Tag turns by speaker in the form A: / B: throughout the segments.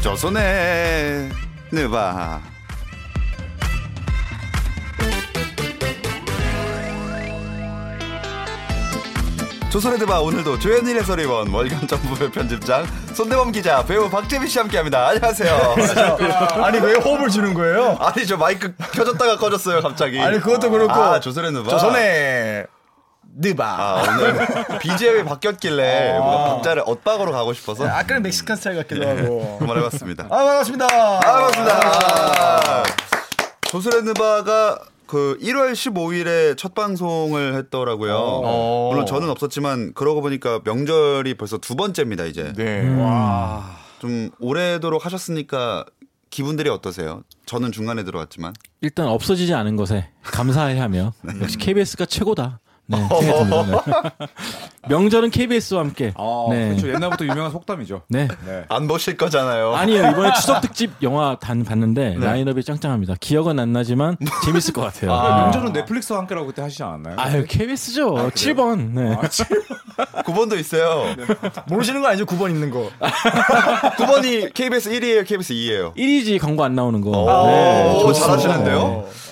A: 조선의 누바 조선의 드바 오늘도 조현일 해설위원 월간 정부배 편집장 손대범 기자 배우 박재민 씨와 함께합니다. 안녕하세요.
B: 그러니까. 아니 왜 호흡을 주는 거예요?
A: 아니 저 마이크 켜졌다가 꺼졌어요 갑자기.
B: 아니 그것도 그렇고
A: 아, 조선의 누바.
B: 조선의 느바.
A: 아
B: 아,
A: 오늘 BGM이 바뀌었길래
B: 어.
A: 뭔가 박자를 엇박으로 가고 싶어서
B: 까는 아, 멕시칸 스타일 같기도 하고.
A: 한번 해봤습니다.
B: 아 반갑습니다.
A: 네. 아, 반갑습니다. 조스레 느바가 그 1월 15일에 첫 방송을 했더라고요.
B: 어.
A: 물론 저는 없었지만 그러고 보니까 명절이 벌써 두 번째입니다, 이제.
B: 네. 와.
A: 좀 오래도록 하셨으니까 기분들이 어떠세요? 저는 중간에 들어왔지만.
C: 일단 없어지지 않은 것에 감사해하며 역시 KBS가 최고다. 네, 생각합니다. 네. 명절은 KBS와 함께.
D: 아,
C: 네.
D: 그렇죠. 옛날부터 유명한 속담이죠.
C: 네.
A: 안 보실 거잖아요.
C: 아니에요. 이번에 추석 특집 영화 단 봤는데 라인업이 짱짱합니다. 기억은 안 나지만 재밌을 것 같아요.
D: 아,
C: 네.
D: 명절은 넷플릭스와 함께라고 그때 하시지 않았나요?
C: 아유 KBS죠. 7번. 네.
A: 9번도 있어요.
B: 모르시는 거 아니죠? 9번 있는 거.
A: 9번이 KBS 1위에요, KBS 2위에요.
C: 1위지 광고 안 나오는 거.
B: 어,
A: 오,
C: 네, 좋습니다.
A: 잘하시는데요?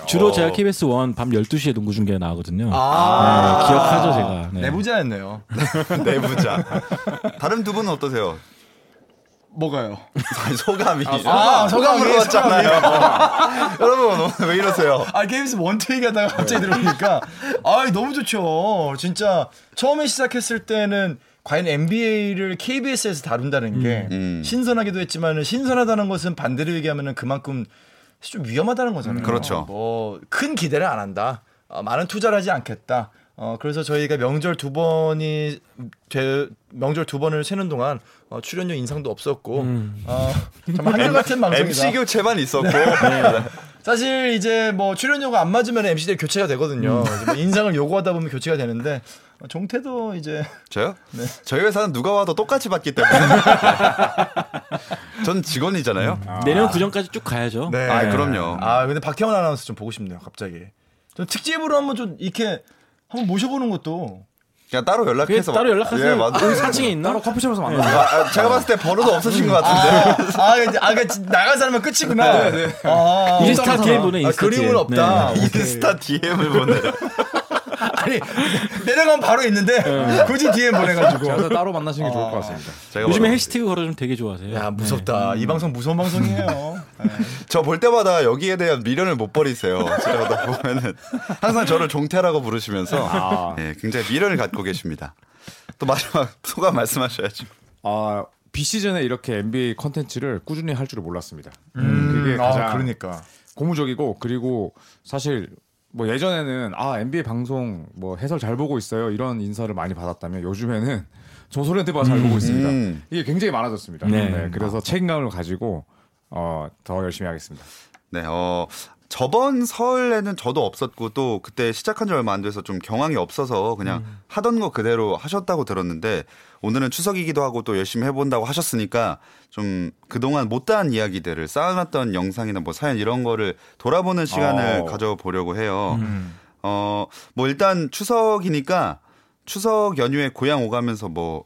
C: 네. 주로 제가 KBS 1 밤 12시에 농구 중계 나오거든요.
B: 아.
C: 네, 기억하죠, 제가. 네.
B: 내부자였네요.
A: 그 내부자. 다른 두 분은 어떠세요?
B: 뭐가요?
A: 소감이. 아, 네.
B: 소감.
A: 소감으로
B: 소감이,
A: 왔잖아요. 여러분, 오늘 왜 이러세요?
B: 아 KBS 원투 얘기하다가 갑자기 들어오니까
A: 네.
B: 아 너무 좋죠. 진짜 처음에 시작했을 때는 과연 NBA를 KBS에서 다룬다는 게
A: 음.
B: 신선하기도 했지만 신선하다는 것은 반대로 얘기하면 그만큼 좀 위험하다는 거잖아요.
A: 그렇죠.
B: 뭐 큰 기대를 안 한다. 어, 많은 투자를 하지 않겠다. 어, 그래서 저희가 명절 두 번이 되, 명절 두 번을 세는 동안 어, 출연료 인상도 없었고 어, 정말 한결같은 방송이다.
A: MC 교체만 있었고 네.
B: 사실 이제 뭐 출연료가 안 맞으면 MC들이 교체가 되거든요. 이제 뭐 인상을 요구하다 보면 교체가 되는데 어, 종태도 이제
A: 저요? 저희 회사는 누가 와도 똑같이 받기 때문에 전 직원이잖아요.
C: 내년 구전까지 쭉 가야죠.
A: 음. 아, 그럼요.
B: 아 근데 박태원 아나운서 좀 보고 싶네요. 갑자기 좀 특집으로 한번 좀 이렇게 한번 모셔보는 것도
A: 그냥 따로
C: 그게
A: 연락해서
C: 따로 연락하세요.
A: 예, 맞-
C: 우리 4층에 있나?
D: 따로 커피숍에서 만나.
A: 아, 아, 제가 봤을 때 번호도 없으신 것 같은데.
B: 아, 이제 아, 그 나간 사람은 끝이구나. 아,
C: 인스타 DM 보내,
B: 아,
C: 인스타
B: 그림은
C: DM.
B: 없다.
C: 네,
A: 인스타 DM을 보내요.
B: 아니 내려가면 바로 있는데
C: 네.
B: 굳이 DM 보내가지고.
D: 그래서 따로 만나시는 게 좋을 것 같습니다.
A: 제가
C: 요즘에
A: 뭐라고-
C: 해시태그 걸어주면 되게 좋아하세요.
B: 야 무섭다. 이 방송 무서운 방송이에요.
A: 저볼 때마다 여기에 대한 미련을 못 버리세요. 제가 보다 보면은 항상 저를 종태라고 부르시면서
D: 아.
A: 예, 굉장히 미련을 갖고 계십니다. 또 마지막 소감 말씀하셔야죠.
D: 아, 비시즌에 이렇게 NBA 컨텐츠를 꾸준히 할 줄을 몰랐습니다.
B: 음,
D: 그게 가장
B: 아, 그러니까.
D: 고무적이고 그리고 사실 뭐 예전에는 아 NBA 방송 뭐 해설 잘 보고 있어요 이런 인사를 많이 받았다면 요즘에는 조선의 대바 잘 보고 있습니다.
A: 음.
D: 이게 굉장히 많아졌습니다.
C: 네.
D: 네. 그래서 책임감을 가지고 어, 더 열심히 하겠습니다.
A: 네, 어, 저번 설에는 저도 없었고 또 그때 시작한 지 얼마 안 돼서 좀 경황이 없어서 그냥 하던 거 그대로 하셨다고 들었는데 오늘은 추석이기도 하고 또 열심히 해본다고 하셨으니까 좀 그동안 못다한 이야기들을 쌓아놨던 영상이나 뭐 사연 이런 거를 돌아보는 시간을
D: 어.
A: 가져보려고 해요. 어, 뭐 일단 추석이니까 추석 연휴에 고향 오가면서 뭐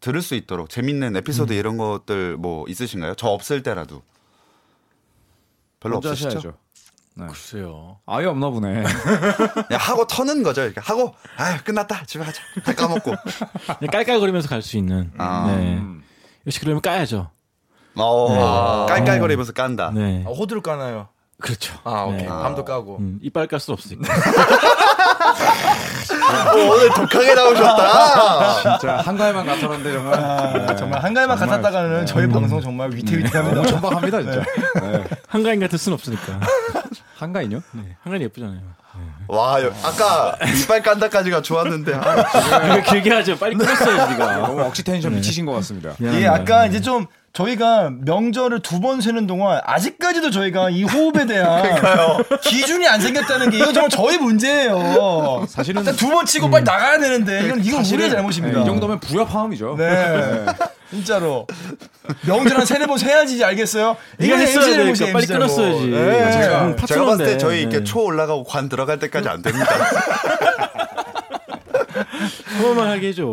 A: 들을 수 있도록 재밌는 에피소드 이런 것들 뭐 있으신가요? 저 없을 때라도. 별로
D: 먼저
A: 없으시죠?
D: 하셔야죠.
C: 글쎄요.
D: 아예 없나 보네.
A: 그냥 하고 터는 거죠. 이렇게 하고 아 끝났다 집에 가자. 다 까먹고.
C: 그냥 깔깔거리면서 갈 수 있는.
A: 아.
C: 네. 역시 그러면 까야죠.
A: 어, 깔깔거리면서 깐다.
C: 네.
B: 아, 호두를 까나요?
C: 그렇죠.
B: 아 오케이.
C: 네.
B: 밤도 까고.
C: 음, 이빨 깔 수 없으니까.
A: 어, 오늘 독하게 나오셨다.
D: 진짜 한가위만 같았는데 정말. 네.
B: 아, 정말 한가위만
D: 정말.
B: 갔다가는 저희
C: 음.
B: 방송 정말 위태위태합니다.
D: 너무 천박합니다 진짜. 네.
C: 한가인 같을 순 없으니까.
D: 한가인요?
C: 네. 한가인 예쁘잖아요.
A: 와 여- 아까 이빨 깐다까지가 좋았는데 아,
C: 그걸 길게 하죠. 빨리 끊었어요, 우리가.
D: 너무 억지 텐션
B: 네.
D: 미치신 것 같습니다.
B: 이게 약간 이제 좀 저희가 명절을 두 번 세는 동안 아직까지도 저희가 이 호흡에 대한 기준이 안 생겼다는 게 이건 정말 저희 문제예요.
D: 사실은-
B: 일단 두 번 치고 빨리 나가야 되는데 이건 이건 우리의 잘못입니다.
D: 네, 이 정도면 부협화음이죠.
B: 네. 진짜로 명절 한 세네 번 세야지 알겠어요?
C: 네가
B: 이건
C: 했어야
B: MC의
C: 되니까
B: 잘못이에요,
C: 빨리
B: MC의 잘못.
C: 끊었어야지.
B: 네.
C: 제가- 음,
A: 제가 봤을 때 저희
C: 네.
A: 이렇게 초 올라가고 관 들어갈 때까지 안 됩니다.
C: 소만 하게 해줘.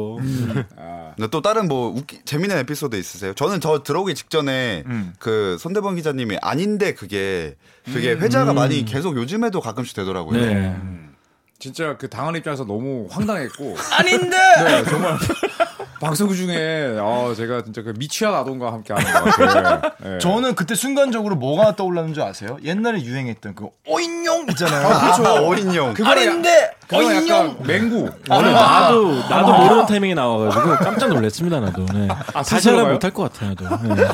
D: 아,
A: 근데 또 다른 뭐 웃기, 재미있는 에피소드 있으세요? 저는 저 들어오기 직전에
D: 음.
A: 그 손대범 기자님이 아닌데 그게 되게 회자가 많이 계속 요즘에도 가끔씩 되더라고요.
C: 네.
D: 진짜 그 당한 입장에서 너무 황당했고
B: 아닌데.
D: 네, 정말 방송 중에 아 제가 진짜 그 미취한 아동과 함께 하는 것 같아요. 네.
B: 저는 그때 순간적으로 뭐가 떠올랐는 줄 아세요? 옛날에 유행했던 그 오인용 있잖아요.
C: 그렇죠.
A: 아, 어인용.
D: 그거는
B: 아닌데
D: 약- 그거는 약간 맹구.
B: 아,
C: 오늘 나도 나도 모르는 타이밍에 나와가지고 깜짝 놀랐습니다 나도. 네. 다시 하라
D: 스스로가요?
C: 못할 것 같아요 나도. 네.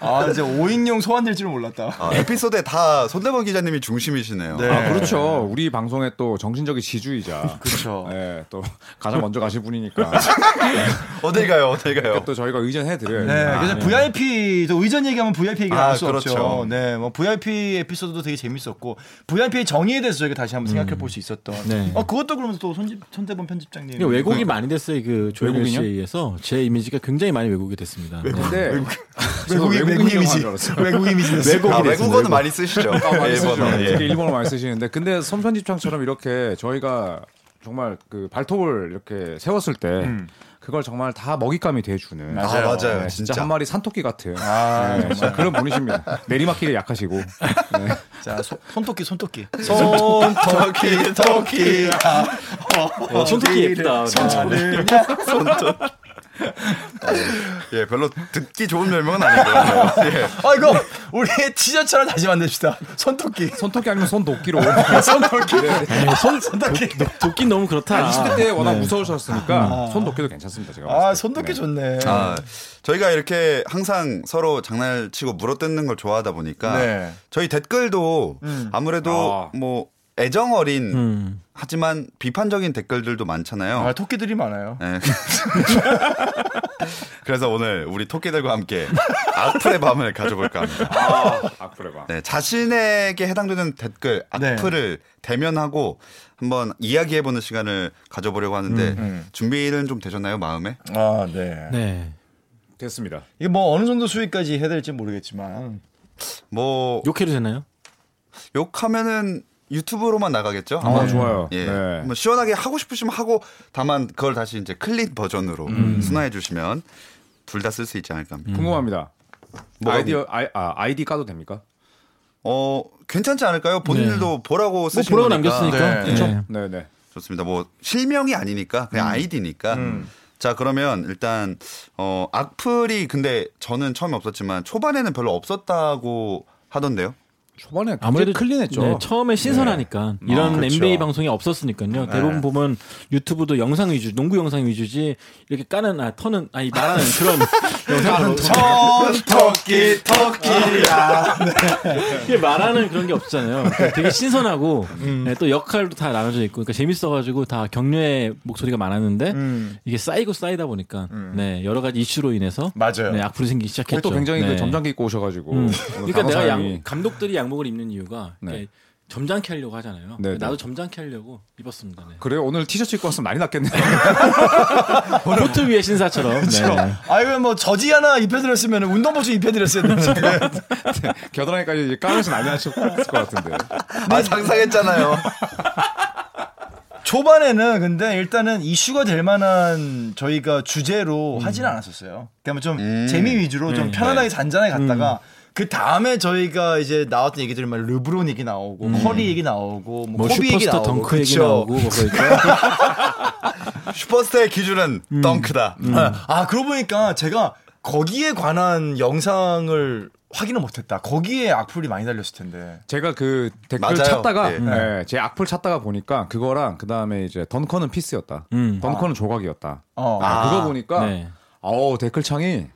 B: 아 이제 오인용 소환될 줄은 몰랐다.
A: 아, 에피소드에 다 손대범 기자님이 중심이시네요.
B: 네.
D: 아, 그렇죠. 우리 방송의 또 정신적인 지주이자.
B: 그렇죠.
D: 네, 또 가장 먼저 가신 분이니까
A: 아, 어딜 가요? 어딜 가요?
D: 또 저희가 의전해 드려요.
B: 네,
D: 아,
B: 그래서 VIP 또 의전 얘기하면 VIP 얘기를
A: 아,
B: 할 수 없죠.
A: 그렇죠.
B: 네, 뭐 VIP 에피소드도 되게 재밌었고 VIP의 정의에 대해서 저희가 다시 한번 생각해 볼 수 있었던.
C: 네.
B: 어 그것도 그러면서 또 손지, 손대범 편집장님.
C: 이게 왜곡이 많이 됐어요 그 조영일
D: 외국인이요?
C: 씨에 의해서 제 이미지가 굉장히 많이 외곡이 됐습니다. 네.
D: 근데 아,
B: 외국인 외국 이미지 그 외국 이미지
A: 아, 외국어는 많이 쓰시죠.
D: 아, 많이 쓰죠. 네.
A: 일본어. 예.
D: 특히 일본어 많이 쓰시는데 근데 섬편집창처럼 이렇게 저희가 정말 그 발톱을 이렇게 세웠을 때 그걸 정말 다 먹잇감이 돼주는 네,
A: 맞아요. 아, 맞아요.
D: 진짜,
A: 진짜.
D: 한 마리 산토끼 같은
B: 아,
D: 네, 정말 그런 분이십니다 내리막길에 약하시고 네.
B: 자 소- 손토끼 손토끼. 아,
A: 손토끼 토끼
C: 어, 손톱이 예쁘다.
B: 네.
A: 예 별로 듣기 좋은 별명은 아닌 것 같아요. 예.
B: 아 이거 우리의 지자체를 다시 만듭시다. 손토끼.
D: 손토끼 아니면 손도끼로 네,
B: 손토끼. 아, 손 손토끼.
C: 돕긴 너무 그렇다.
D: 20대 때 워낙 무서우셨으니까 손도끼도 괜찮습니다 제가
B: 아
D: 봤을 때.
B: 손토끼
D: 네.
B: 좋네.
A: 아, 저희가 이렇게 항상 서로 장난치고 물어뜯는 걸 좋아하다 보니까
B: 네. 음.
A: 저희 댓글도 아무래도
D: 아.
A: 뭐 애정 어린
C: 음.
A: 하지만 비판적인 댓글들도 많잖아요.
B: 아, 토끼들이 많아요.
A: 네. 그래서 오늘 우리 토끼들과 함께 악플의 밤을 가져볼까 합니다.
D: 아, 악플에 봐
A: 네, 자신에게 해당되는 댓글
B: 네.
A: 악플을 대면하고 한번 이야기해보는 시간을 가져보려고 하는데
B: 음.
A: 준비는 좀 되셨나요 마음에?
B: 아 네.
C: 네.
D: 됐습니다
B: 이게 뭐 어느 정도 수위까지 해야 될지
C: 네.
B: 모르겠지만
A: 뭐
C: 욕해도 되나요?
A: 욕하면은 유튜브로만 나가겠죠?
D: 아 좋아요
A: 예.
D: 네.
A: 뭐 시원하게 하고 싶으시면 하고 다만 그걸 다시 이제 클린 버전으로 순화해 주시면 둘 다 쓸 수 있지 않을까 합니다.
D: 궁금합니다
A: 음. 뭐가
D: 아이디어 아이, 아, 아이디 까도 됩니까?
A: 어, 괜찮지 않을까요? 본인들도 보라고
C: 뭐
A: 쓰시는
C: 보라고
A: 거니까.
C: 남겼으니까.
B: 네.
C: 네.
D: 네네
A: 좋습니다. 뭐 실명이 아니니까 그냥 아이디니까. 자 그러면 일단 어 악플이 근데 저는 처음에 없었지만 초반에는 별로 없었다고 하던데요.
D: 초반에 아무래도
C: 아무래도
D: 클린했죠.
C: 네, 처음에 신선하니까 이런
B: 그렇죠.
C: NBA 방송이 없었으니까요. 대부분 보면 유튜브도 영상 위주, 농구 영상 위주지 이렇게 까는 아 터는 아니 말하는 그런
A: 네.
C: 영상으로
A: 어,
B: 손토끼 토끼야.
C: 이게 말하는 그런 게 없잖아요. 그러니까 되게 신선하고 네, 또 역할도 다 나눠져 있고 그러니까 재밌어가지고 다 격려의 목소리가 많았는데 이게 쌓이고 쌓이다 보니까 네 여러 가지 이슈로 인해서
B: 맞아요.
C: 네, 악플이 생기기 시작했죠.
D: 오늘 또 굉장히 그
C: 네.
D: 점장기 입고 오셔가지고
C: 음.
D: 오늘
C: 그러니까 내가
D: 어, 강사님이
C: 양, 감독들이 양복을 입는 이유가
D: 네.
C: 이렇게 점잖게 하려고 하잖아요.
D: 네, 네.
C: 나도 점잖게 하려고 입었습니다. 네.
D: 그래요 오늘 티셔츠 입고 왔으면 많이 났겠네요.
C: 코트 위에 신사처럼. 네.
B: 아이고 뭐 저지 하나 입혀드렸으면 운동부츠 입혀드렸어야 되는데.
C: 네.
D: 겨드랑이까지 이제 까면서 난리 나실 것 같은데.
A: 아 상상했잖아요.
B: 초반에는 근데 일단은 이슈가 될 만한 저희가 주제로 하진 않았었어요. 그러니까 좀
A: 음.
B: 재미 위주로 좀
C: 음. 네. 음.
B: 편안하게 잔잔하게 갔다가 그 다음에 저희가 이제 나왔던 얘기들 막 르브론 얘기 나오고 커리 얘기 나오고 뭐,
C: 음. 뭐
B: 코비 얘기
C: 슈퍼스타
B: 나오고
C: 덩크 얘기
B: 그쵸.
C: 나오고 뭐 그러니까
A: 슈퍼스타의 기준은
C: 음.
A: 덩크다.
B: 아, 아 그러고 보니까 제가 거기에 관한 영상을 확인을 못했다. 거기에 악플이 많이 달렸을 텐데.
D: 제가 그 댓글
A: 맞아요.
D: 찾다가
A: 예.
D: 예, 제 악플 찾다가 보니까 그거랑 그 다음에 이제 던컨은 피스였다.
C: 음.
D: 던컨은 조각이었다.
B: 어.
D: 아, 그거 보니까
C: 네.
D: 어 댓글 창이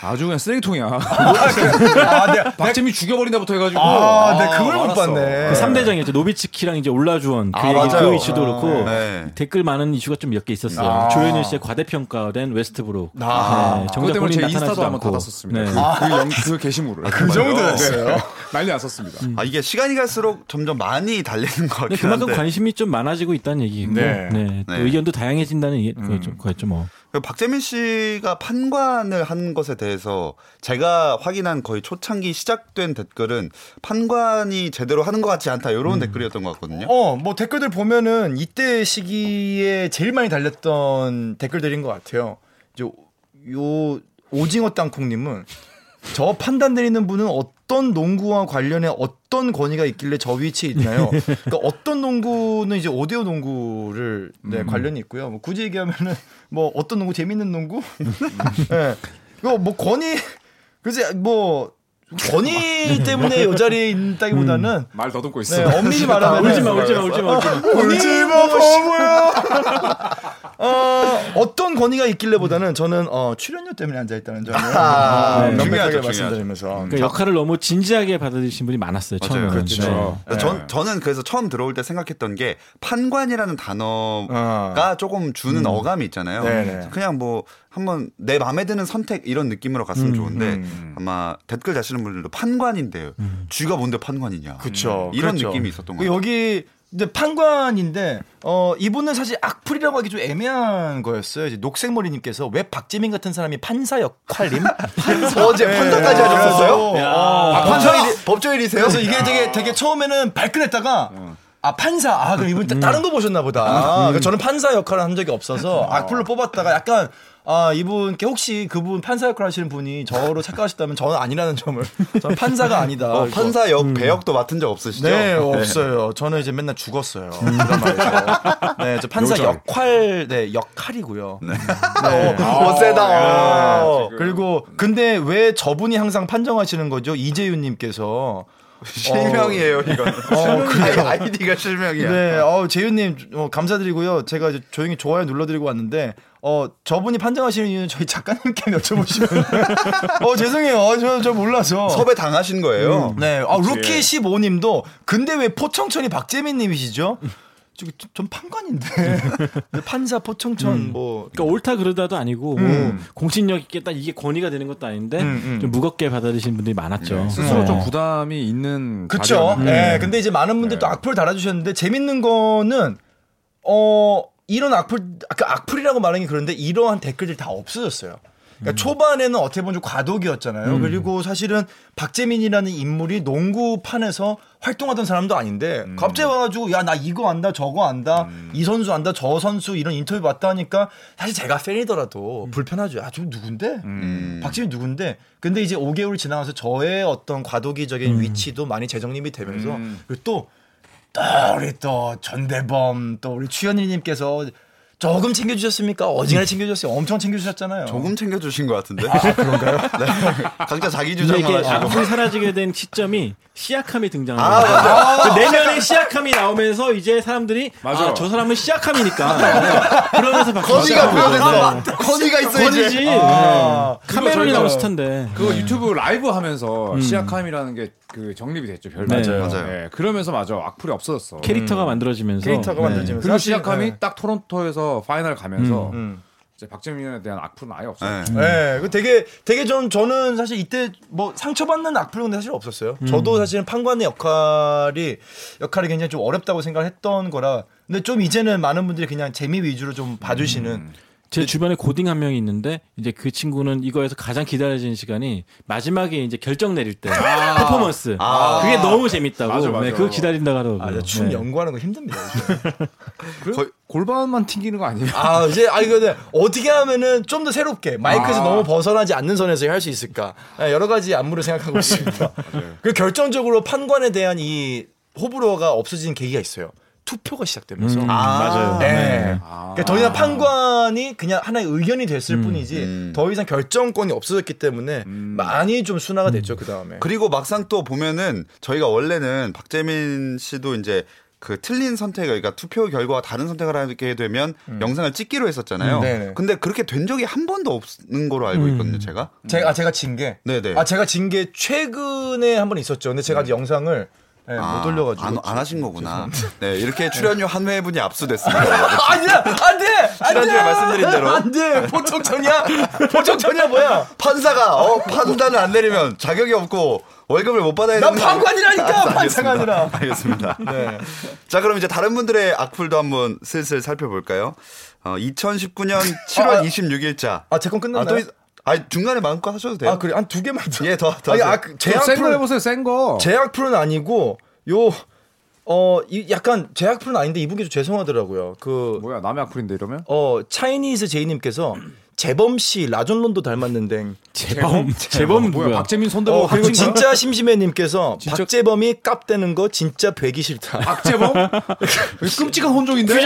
D: 아주 그냥 쓰레기통이야.
B: 아, 내가,
D: 박재민 죽여버린다부터 해가지고.
B: 아, 내가 그걸 못
D: 알았어.
B: 봤네.
C: 그 3대장이었죠. 노비츠키랑 이제 올라주원 그,
B: 아,
C: 얘기,
B: 맞아요.
C: 그 이슈도 그렇고
A: 네.
C: 댓글 많은 이슈가 좀 몇 개 있었어요.
B: 아.
C: 조현일 씨의 과대평가된 웨스트브룩.
B: 아.
C: 네,
D: 그것
C: 정작
D: 때문에 제
C: 본인 나타나지도
D: 인스타도 한번
C: 않고.
D: 닫았었습니다.
C: 네.
D: 그, 그, 영, 그 게시물을. 네.
B: 그 정도였어요.
D: 아. 난리 났었습니다.
A: 아 이게 시간이 갈수록 점점 많이 달리는 것
C: 근데
A: 같긴
C: 그만큼
A: 한데
C: 관심이 좀 많아지고 있다는 얘기고
B: 네.
C: 네. 또
A: 네.
C: 의견도 다양해진다는 얘기, 그거죠, 그거였죠 뭐.
A: 박재민 씨가 판관을 한 것에 대해서 제가 확인한 거의 초창기 시작된 댓글은 판관이 제대로 하는 것 같지 않다
C: 음.
A: 이런 댓글이었던 것 같거든요.
B: 어, 뭐 댓글들 보면은 이때 시기에 제일 많이 달렸던 댓글들인 것 같아요. 이제 요 오징어 땅콩님은 저 판단 내리는 분은 어떤 농구와 관련해 어떤 권위가 있길래 저 위치에 있나요? 그러니까 어떤 농구는 이제 오디오 농구를
A: 음.
B: 네, 관련이 있고요. 뭐 굳이 얘기하면은 뭐 어떤 농구 재밌는 농구? 예. 이거 뭐 권위 글쎄 뭐
A: 음.
B: 권위 때문에 요 자리에 있다기보다는
D: 말 더듬고 있어.
B: 네, 엄밀히 말하면
C: 울지 마, 울지 마, 울지 마, 울지 마.
B: 울지 마, 바보야. 어, 어떤 권위가 있길래보다는 저는 어, 출연료 때문에 앉아 있다는 점을 아,
A: 네.
B: 명백하게
A: 중요하죠,
B: 말씀드리면서
C: 그 역할을 너무 진지하게 받아들이신 분이 많았어요.
A: 맞아요.
C: 처음에는.
A: 그렇죠.
C: 네.
A: 그러니까 전, 저는 그래서 처음 들어올 때 생각했던 게 판관이라는 단어가 조금 주는 어감이 있잖아요.
B: 음. 네네.
A: 그냥 뭐 한번 내 마음에 드는 선택 이런 느낌으로 갔으면 좋은데
B: 음.
A: 아마 댓글 다시는 분들도 판관인데 쥐가 뭔데 판관이냐.
B: 그쵸,
A: 음, 이런
B: 그렇죠.
A: 느낌이 있었던 것
B: 그
A: 같아요.
B: 여기 이제 판관인데 어 이분은 사실 악플이라고 하기 좀 애매한 거였어요. 이제 녹색머리님께서 왜 박재민 같은 사람이 판사 역할님? 판사 어제
A: 판사까지 하셨었어요? 아,
B: 법조인 법조인이세요? 그래서 이게 되게 되게 처음에는 발끈했다가
A: 어.
B: 아 판사 아 그럼 이분
A: 음.
B: 다른 거 보셨나 보다. 아, 저는 판사 역할을 한 적이 없어서
A: 음.
B: 악플로 뽑았다가 약간 아 이분께 혹시 그분 판사 역할 하시는 분이 저로 착각하셨다면 저는 아니라는 점을 저는 판사가 아니다.
A: 어,
B: 이거. 음.
A: 판사 역 배역도 맡은 적 없으시죠?
B: 네, 없어요. 저는 이제 맨날 죽었어요. 드라마에서. 네, 저 판사
D: 요절.
B: 역할, 네, 역할이고요. 네.
A: 어, 세다.
B: 어, 그리고 근데 왜 저분이 항상 판정하시는 거죠? 이재윤 님께서
A: 실명이에요 이건.
B: 어, 그래요.
A: 아이- 아이디가 실명이야.
B: 네, 어, 재윤님 어, 감사드리고요. 제가 이제 조용히 좋아요 눌러드리고 왔는데, 어, 저분이 판정하시는 이유는 저희 작가님께 여쭤보시면, 어, 죄송해요. 어, 저, 저 몰라서.
A: 섭외 당하신 음. 거예요.
B: 네, 아, 루키 15님도 근데 왜 포청천이 박재민님이시죠? 저기 좀- 좀 판관인데 판사 포청천
A: 어,
B: 뭐
C: 그러니까 옳다 그르다도 아니고 뭐 공신력 있게 딱 이게 권위가 되는 것도 아닌데 좀 무겁게 받아들이신 분들이 많았죠.
D: 스스로
C: 어.
D: 좀 부담이 있는.
B: 그쵸?
D: 자리였는데.
B: 네, 근데 이제 많은 분들이 또 악플 달아주셨는데 재밌는 거는 어 이런 악플 그 악플이라고 말하는 게 그런데 이러한 댓글들 이다 없어졌어요. 그러니까 초반에는 어떻게 보면 좀 과도기였잖아요. 그리고 사실은 박재민이라는 인물이 농구판에서 활동하던 사람도 아닌데 갑자기 와가지고 야 나 이거 안다 저거 안다 이 선수 안다 저 선수 이런 인터뷰 봤다 하니까 사실 제가 팬이더라도 불편하죠. 아저 누군데? 음. 박지민 누군데 근데 이제 5개월 지나가서 저의 어떤 과도기적인 위치도 많이 재정립이 되면서 그리고 또, 또 우리 또 전대범 또 우리 추현이님께서 조금 챙겨주셨습니까? 어지간히 챙겨주셨어요. 엄청 챙겨주셨잖아요.
A: 조금 챙겨주신 것 같은데.
B: 아,
A: 그런가요? 네. 각자 자기
C: 근데 이게
A: 주장만 하시고.
C: 악플이 사라지게 된 시점이 시약함이 등장합니다. 그 내면의 시약함이 나오면서 이제 사람들이
D: 맞아.
C: 아, 저 사람은 시약함이니까 네. 그러면서
A: 건의가
C: 네.
A: 부여됐어. 건의가 있어 이제.
C: 건이지. 네.
B: 아,
C: 카메론이
D: 그거 저희가-
C: 나고 싶던데.
D: 음. 그거 유튜브 라이브 하면서 시아캄이라는 게 그 정립이 됐죠 별
C: 음.
D: 반
C: 맞아요.
A: 맞아요.
D: 그러면서 맞아 악플이 없어졌어.
C: 캐릭터가 만들어지면서 네.
B: 캐릭터가 만들어지면서
D: 그리고
B: 사실-
D: 시아캄이
B: 네.
D: 딱 토론토에서 파이널 가면서
B: 음.
D: 이제 박재민에 대한 악플은 아예 없어.
A: 네.
D: 요
B: 네, 그 되게 되게 전 저는 사실 이때 뭐 상처받는 악플은 근데 사실 없었어요. 저도 사실은 판관의 역할이 역할이 굉장히 좀 어렵다고 생각했던 거라. 근데 좀 이제는 많은 분들이 그냥 재미 위주로 좀 봐주시는.
C: 제 주변에 고딩 한 명이 있는데 이제 그 친구는 이거에서 가장 기다려지는 시간이 마지막에 이제 결정 내릴 때 퍼포먼스 그게 너무 재밌다고
D: 맞아, 맞아.
C: 네, 그거 기다린다 그러고 네.
B: 아, 진짜 춤 연구하는 거 힘듭니다. 요즘.
A: 거의-
D: 골반만 튕기는 거 아니에요?
B: 아, 이제 아 이거 근데 어떻게 하면은 좀 더
A: 아.
B: 새롭게 마이크에서 너무 벗어나지 않는 선에서 할 수 있을까? 아, 여러 가지 안무를 생각하고 있습니다.
A: 네.
B: 그 결정적으로 판관에 대한 이 호불호가 없어진 계기가 있어요. 투표가 시작되면서.
A: 음.
C: 음,
A: 맞아요.
B: 네.
D: 아.
B: 그러니까 더 이상 판관이 그냥 하나의 의견이 됐을
A: 음.
B: 뿐이지 더 이상 결정권이 없어졌기 때문에 많이 좀 순화가 됐죠 그 다음에.
A: 네. 그리고 막상 또 보면은 저희가 원래는 박재민 씨도 이제 그 틀린 선택을 그러니까 투표 결과와 다른 선택을 하게 되면 영상을 찍기로 했었잖아요.
B: 음, 네네. 음.
A: 근데 그렇게 된 적이 한 번도 없는 거로 알고 있거든요, 제가.
B: 제가 아, 제가 진 게.
A: 네네. 네.
B: 아 제가 진 게 최근에 한 번 있었죠. 근데 제가 아직 영상을 예,
A: 아,
B: 못 올려가지고.
A: 안, 안 하신 거구나. 네, 이렇게 출연료 한 회분이 압수됐습니다.
B: 아, 아니야 안돼 안돼
A: 지난주에 말씀드린 대로.
B: 안돼 보청천이야 보청천이야 뭐야
A: 판사가 어, 판단을 안 내리면 자격이 없고 월급을 못 받아야
B: 난 네.
A: 되는 거-
B: 판관이라니까 판사가
A: 알겠습니다. 네.
B: 아니라
A: 알겠습니다. 자, 그럼 이제 다른 분들의 악플도 한번 슬슬 살펴볼까요? 어, 2019년 7월
B: 아, 아.
A: 26일자.
B: 아, 제건 끝났나요?
A: 아, 중간에 마음껏 하셔도 돼요.
B: 아 그래 한 두 개만 더
A: 예, 더, 더.
B: 아니 그
A: 하세요.
B: 아제
D: 센 거
B: 악플
D: 해보세요 센 거.
B: 제 악플은 아니고 요어이 약간 제 악플은 아닌데 이분께서 죄송하더라고요 그
D: 뭐야 남의 악플인데 이러면?
B: 어, 차이니즈 제이님께서 재범 씨 라존론도 닮았는데.
C: 재범 재범
D: 뭐야?
C: 누구야?
D: 박재민 손대범
B: 어, 그리고 진짜 심심해님께서
D: 진짜-
B: 박재범이 깝대는 거 진짜 배기 싫다.
D: 박재범? 끔찍한 혼종인데.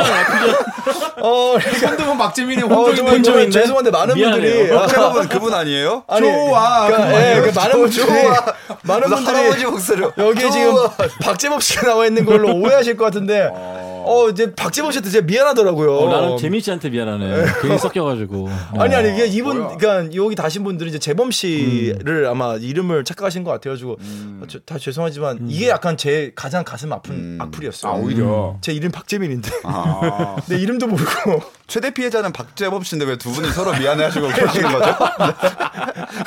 B: 어,
D: 손대범 박재민의
B: 어,
D: 아, 혼종인데.
B: 정말,
C: 혼종인데?
B: 정말 죄송한데 많은 분들이
C: 미안해요.
B: 아,
A: 제가 그분 네. 아니에요?
B: 아니,
D: 좋아,
B: 그러니까, 예,
A: 아니에요?
B: 그 많은 분들이
A: 좋아.
B: 많은
A: 무슨 할아버지
B: 분들이
A: 목소리로
B: 여기 에 지금
D: 어.
B: 박재범 씨가 나와 있는 걸로 오해하실 것 같은데 어 이제 박재범 씨한테 진짜 미안하더라고요.
C: 어, 나는 재민 씨한테 미안하네. 괜히 섞여가지고.
B: 아니
C: 어.
B: 아니 이게 이분
D: 뭐야. 음.
B: 그러니까 여기 다신 분들이 이제 재범 씨를 아마 이름을 착각하신 것 같아가지고 아, 저- 다 죄송하지만 이게 약간 제 가장 가슴 아픈 악플이었어요.
D: 음. 아 오히려.
B: 제 이름 박재민인데
D: 아.
B: 내 이름도 모르고
A: 최대 피해자는 박재범 씨인데 왜 두 분이 서로 미안해하시고 계시는 거죠?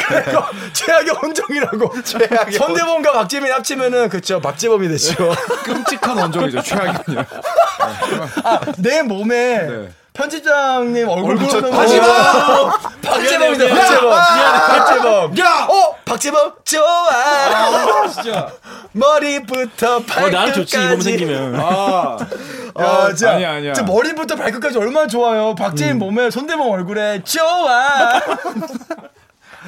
B: 그래서 최악의 혼종이라고
A: 최악의
B: 선대범과 박재민 합치면은 그쵸 박재범이 되죠.
D: 네. 끔찍한 원정이죠 최악이군요.
B: 아, 내 몸에
D: 네.
B: 편집장님 얼굴
D: 얼굴
B: 붙여놓은
D: 하지
B: 거. 박재범이다 박재범 박재범
D: 야!
B: 어 박재범 좋아
D: 진짜.
B: 머리부터
C: 어, 나는 좋지 이거
B: 발끝까지
C: 생기면.
D: 아.
B: 아, 진짜,
D: 아니야, 아니야.
B: 진짜 머리부터 발끝까지 얼마나 좋아요 박재민 몸에 손대범 얼굴에 좋아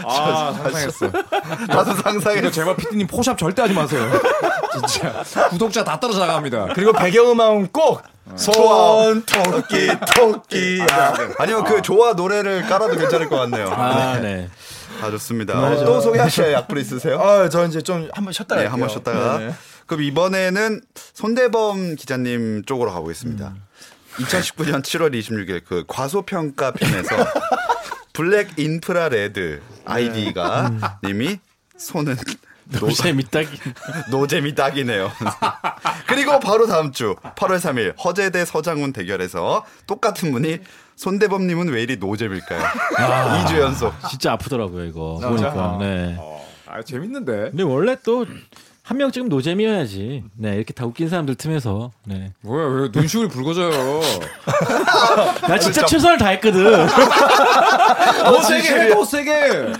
D: 아, 상상했어.
A: 나도 상상해.
D: 이거 제발 피디님 포샵 절대 하지 마세요. 진짜 구독자 다 떨어져 나갑니다.
B: 그리고 배경음악은 꼭 손토끼 토끼야
A: 아니면 그 좋아 노래를 깔아도 괜찮을 것 같네요.
C: 아 네.
A: 아 좋습니다. 어, 또 소개하실 약불 있으세요?
B: 아저 이제 좀 한번 쉬었다
A: 네,
B: 갈게요.
A: 한 번 쉬었다가.
B: 네네.
A: 그럼 이번에는 손대범 기자님 쪽으로 가보겠습니다. 2019년 7월 26일 그 과소평가 편에서 블랙 인프라레드 아이디가 님이 손은 노,
C: 노잼 밑다기.
A: 노잼이 딱이네요. 그리고 바로 다음 주 8월 3일 허재 대 서장훈 대결에서 똑같은 분이 손대범님은 왜 이리 노잼일까요? 2주 연속.
C: 진짜 아프더라고요 이거 보니까. 네.
D: 아, 재밌는데.
C: 근데 원래 또 한 명쯤 노잼이어야지. 네 이렇게 다 웃긴 사람들 틈에서. 네.
D: 뭐야, 왜 눈시울이 붉어져요.
C: 나 진짜 최선을 다했거든.
D: 더 아, 세게 해, 더 세게.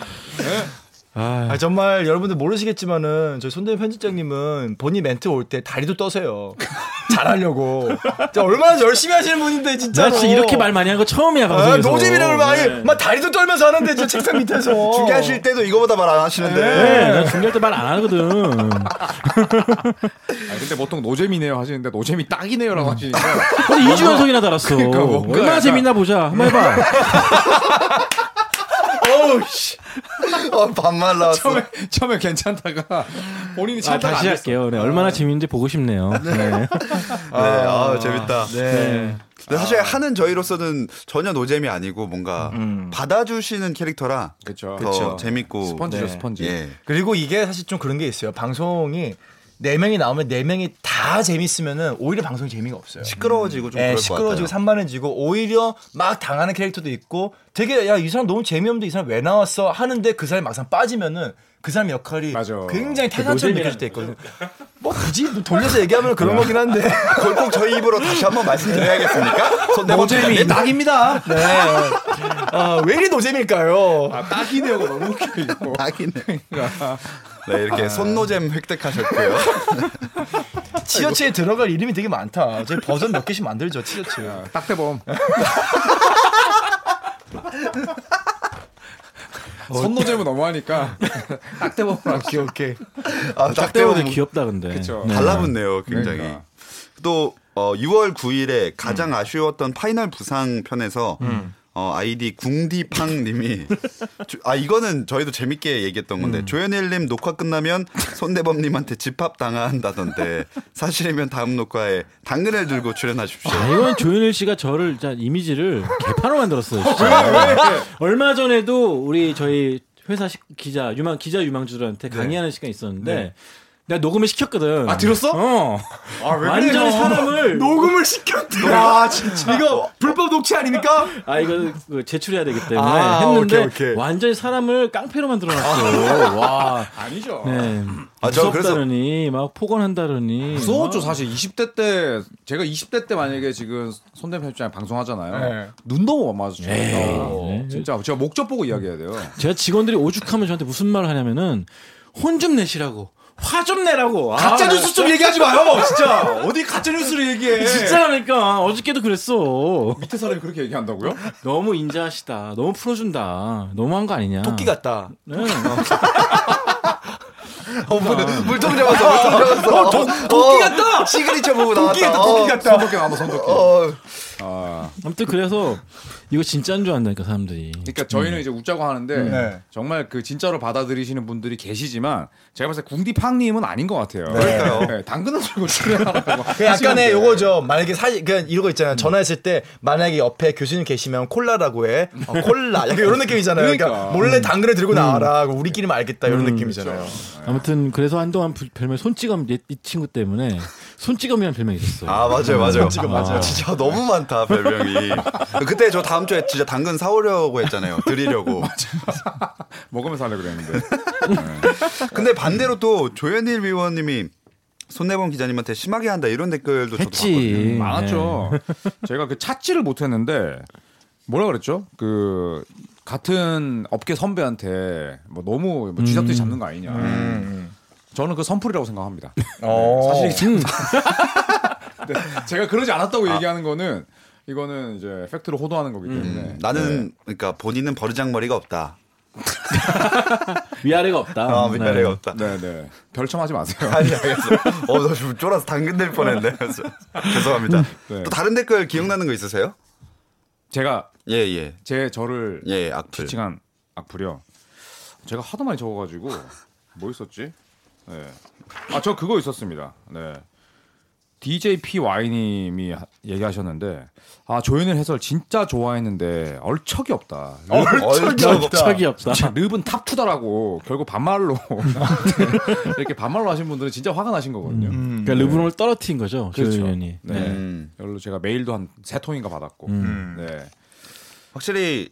C: 아,
B: 아, 정말 여러분들 모르시겠지만은 저희 손대현 편집장님은 본인 멘트 올 때 다리도 떠세요. 잘하려고. 진짜 얼마나 열심히 하시는 분인데 진짜.
C: 나 진짜 이렇게 말 많이 한 거 처음이야
B: 아,
C: 방송에서.
B: 노잼이라고 막,
C: 네.
B: 막 다리도 떨면서 하는데 저 책상 밑에서.
A: 중계하실 때도 이거보다 말 안 하시는데.
C: 네, 나 중요할 때 말 안 하거든.
D: 아, 근데 보통 노잼이네요 하시는데 노잼이 음. 딱이네요라고 하시니까.
C: 근데 2주 연속이나 달았어.
D: 그러니까 뭔가
C: 얼마나
D: 약간- 아,
C: 재밌나 보자. 한번 해봐. 아,
B: 어우, 씨.
A: 어, 반말 나왔어.
D: 처음에 처음에 괜찮다가 본인이
C: 아,
D: 참다가
C: 다시
D: 안 됐어. 아.
C: 할게요. 네, 얼마나 재밌는지 보고 싶네요. 네.
A: 네, 아, 재밌다.
B: 네.
A: 근데
D: 아.
A: 사실 하는 저희로서는 전혀 노잼이 아니고 뭔가 받아주시는 캐릭터라
D: 음. 그쵸.
A: 더
D: 그쵸.
A: 재밌고
D: 아, 스펀지죠
B: 네.
D: 스펀지.
A: 예.
B: 그리고 이게 사실 좀 그런 게 있어요. 방송이 네명이 나오면 네명이다 재밌으면은 오히려 방송이 재미가 없어요.
A: 시끄러워지고 좀
B: 예,
A: 그럴
B: 시끄러워지고
A: 것 같아요.
B: 산만해지고 오히려 막 당하는 캐릭터도 있고 되게 야 이 사람 너무 재미없는데 이 사람 왜 나왔어 하는데 그 사람이 막상 빠지면은 그 사람 역할이
D: 맞아.
B: 굉장히 태산처럼 느껴질 때 있거든요. 뭐 굳이 뭐 돌려서 얘기하면 그런 거긴 한데
A: 그걸 꼭 아, 저희 입으로 다시 한번 말씀드려야겠습니까? 손대범
D: 노잼이
A: 기자님.
D: 딱입니다.
B: 네. 아, 왜 이리 노잼일까요?
D: 아 딱이네요. 너무 웃겨 이거.
A: 딱이네. 네,
D: 아.
A: 이렇게 손노잼 획득하셨고요. 아,
B: 치어츠에 들어갈 이름이 되게 많다. 저희 버전 몇 개씩 만들죠 치어츠.
D: 아, 딱대범. 손노잼은 너무하니까 딱대범으로
B: 오케이 오케이.
A: 아,
C: 짝대우들
A: 문-
C: 귀엽다 근데.
D: 그쵸.
C: 네.
A: 어, 달라붙네요, 굉장히.
D: 그러니까.
A: 또 어, 6월 9일에 가장 아쉬웠던 파이널 부상 편에서 어, 아이디 궁디팡님이 조- 아 이거는 저희도 재밌게 얘기했던 건데 조현일님 녹화 끝나면 손대범님한테 집합 당한다던데 사실이면 다음 녹화에 당근을 들고 출연하십시오.
C: 아, 이건 조윤일 씨가 저를 진짜 이미지를 개판으로 만들었어요.
D: 아,
C: 진짜. 얼마 전에도 우리 저희 회사 시- 기자 유망 기자 유망주들한테 강의하는 시간 이 있었는데 내가 녹음을 시켰거든.
D: 네. 아, 들었어? 아,
C: 어.
D: 왜
C: 완전히 사람을
B: 녹음을 시켰대. 야 진짜 이거 불법 녹취 아닙니까?
C: 아 이거 그 제출해야 되기 때문에
B: 아,
C: 했는데
B: 오케이, 오케이.
C: 완전히 사람을 깡패로 만들어놨어요. 와.
D: 아니죠.
C: 네.
A: 아, 저 그래서-
C: 무섭다느니 막 폭언한다느니.
B: 그러니까.
D: 무서웠죠
C: 막
D: 사실 20대 때 제가 20대 때 만약에 지금 손대 편집장 방송하잖아요
B: 네.
D: 눈 너무 안 맞았죠
C: 네.
D: 진짜 제가 목적 보고 이야기해야 돼요
C: 제가 직원들이 오죽하면 저한테 무슨 말을 하냐면은 혼 좀 내시라고. 화 좀 내라고. 아,
B: 가짜 뉴스 좀 얘기하지 마요. 진짜 어디 가짜 뉴스를 얘기해.
C: 네, 진짜라니까 어저께도 그랬어.
D: 밑에 사람이 그렇게 얘기한다고요?
C: 너무 인자하시다. 너무 풀어준다. 너무한 거 아니냐.
B: 토끼 같다.
C: 네.
A: 어, 물, 물통 잡았어, 물통 잡았어. 어,
B: 독- 도끼 같다!
A: 시그니처 보고 나왔다.
B: 토끼
D: 어,
B: 같다. 어. 토끼 같다.
D: 손도끼 아무 손도끼.
A: 어,
D: 아,
C: 아무튼 그래서 이거 진짜인 줄 안다니까 사람들이.
D: 그러니까 저희는 이제 웃자고 하는데
B: 음. 네.
D: 정말 그 진짜로 받아들이시는 분들이 계시지만 제가 봤을 때 궁디팡님은 아닌 것 같아요.
A: 그러니까요.
D: 네, 당근을 들고 출연하라고.
B: 그 약간의 요거죠. 만약에 사실 그냥 이런 거 있잖아요. 전화했을 때 만약에 옆에 교수님 계시면 콜라라고 해. 어, 콜라. 약간 이런 느낌이잖아요. 그러니까,
D: 그러니까.
B: 몰래 당근을 들고 나와라. 우리끼리만 알겠다. 이런 느낌이잖아요.
C: 아무튼 그래서 한동안 부- 별명 손찌검 이, 이 친구 때문에 손찌검이라는 별명이 있었어요.
A: 아, 맞아요, 맞아요.
B: 지금 맞아요.
A: 진짜 너무 많다, 별명이. 그때 저 다음 주에 진짜 당근 사오려고 했잖아요. 드리려고.
D: 먹으면서 하려고 그랬는데.
A: 근데 반대로 또 조현일 의원님이 손내범 기자님한테 심하게 한다 이런 댓글도 저도 봤거든요.
C: 했지. 음.
D: 많았죠. 제가 그 찾지를 못했는데 뭐라 그랬죠? 그 같은 업계 선배한테 뭐 너무 뭐 쥐잡듯이 잡는 거 아니냐.
A: 음,
D: 저는 그 선풀이라고 생각합니다.
B: 어.
D: 사실
C: 네. 음,
D: 근데 제가 그러지 않았다고 얘기하는 거는 이거는 이제 팩트로 호도하는 거기 때문에
A: 아. 음,
C: 네.
A: 나는 그러니까 본인은 버르장머리가 없다.
C: 위아래가 없다.
A: 아, 밑다리가
C: 네.
A: 없다.
D: 네네 별첨하지 마세요.
A: 아니 알겠어. 어나 지금 쫄아서 당근 될 뻔했네. 그래서
C: 음,
A: 죄송합니다.
D: 네.
A: 또 다른 댓글 기억나는 거 있으세요?
D: 제가
A: 예예
D: 제 저를
A: 예, 악플.
D: 지칭한 그 악플이요. 제가 하도 많이 적어가지고 뭐 있었지? 네. 아저 그거 있었습니다. 네. DJPY님이 얘기하셨는데 아 조인을 해설 진짜 좋아했는데 얼척이 없다.
A: 어, 얼척이
C: 척이 네. 없다.
D: 진짜 릅은 탑투다라고 결국 반말로 이렇게 반말로 하신 분들은 진짜 화가 나신 거거든요.
C: 그러니까 르브론을 떨어뜨린 거죠.
D: 그렇죠.
C: 조현이.
D: 네.
A: 음.
D: 별로 제가 메일도 한 세 통인가 받았고. 네.
A: 확실히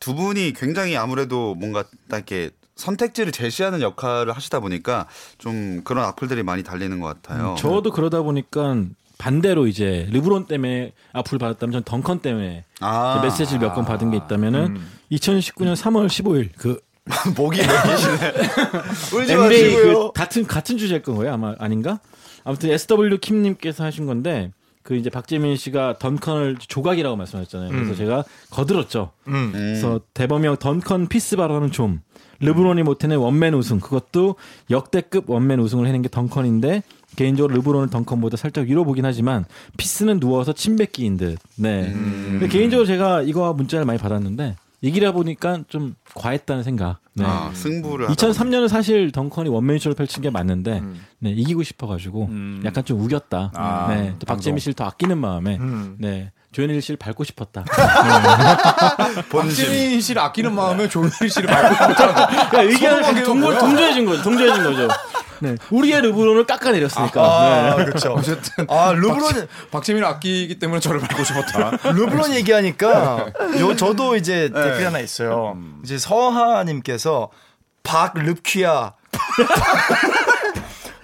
A: 두 분이 굉장히 아무래도 뭔가 딱 이렇게 선택지를 제시하는 역할을 하시다 보니까 좀 그런 악플들이 많이 달리는 것 같아요.
C: 음, 저도 그러다 보니까 반대로 이제 르브론 때문에 악플 받았다면 전 덩컨 때문에
A: 아.
C: 이제 그 메시지를 몇 건 받은 게 있다면은 2019년 3월 15일 그
A: 목이 맥히시네. 울지
C: NBA 그
A: 마시고요.
C: 같은 같은 주제일 건 거예요 아마 아닌가? 아무튼 SW 킴님께서 하신 건데 그 이제 박재민 씨가 던컨을 조각이라고 말씀하셨잖아요. 그래서
A: 음.
C: 제가 거들었죠. 그래서 대범형 던컨 피스바라는 좀 르브론이 못해낸 원맨 우승 그것도 역대급 원맨 우승을 해낸 게 던컨인데 개인적으로 르브론은 던컨보다 살짝 위로 보긴 하지만 피스는 누워서 침뱉기인 듯. 네.
A: 음.
C: 근데 개인적으로 제가 이거 문자를 많이 받았는데 이기다 보니까 좀 과했다는 생각. 네.
A: 아, 승부를. 하다
C: 2003년은 사실 덩컨이 원맨쇼를 펼친 게 맞는데 네, 이기고 싶어가지고 약간 좀 우겼다.
D: 아,
C: 네, 또 박재민 씨를 더 아끼는 마음에 네, 조현일 씨를 밟고 싶었다.
D: 박지민 씨를 아끼는 마음에 조인일 씨를 밟고 싶었다.
C: 그러니까 의견을
D: 서로가
C: 동조,
D: 뭐야?
C: 동조해준 거죠. 동조해준 거죠. 네, 우리의 르브론을 깎아내렸으니까.
B: 아,
C: 네.
B: 그렇죠.
D: 어쨌든
B: 아, 르브론,
D: 박재민을 아끼기 때문에 저를 밟고 싶었다.
B: 르브론 얘기하니까 요 저도 이제 댓글 하나 있어요. 이제 서하님께서 박릅퀴야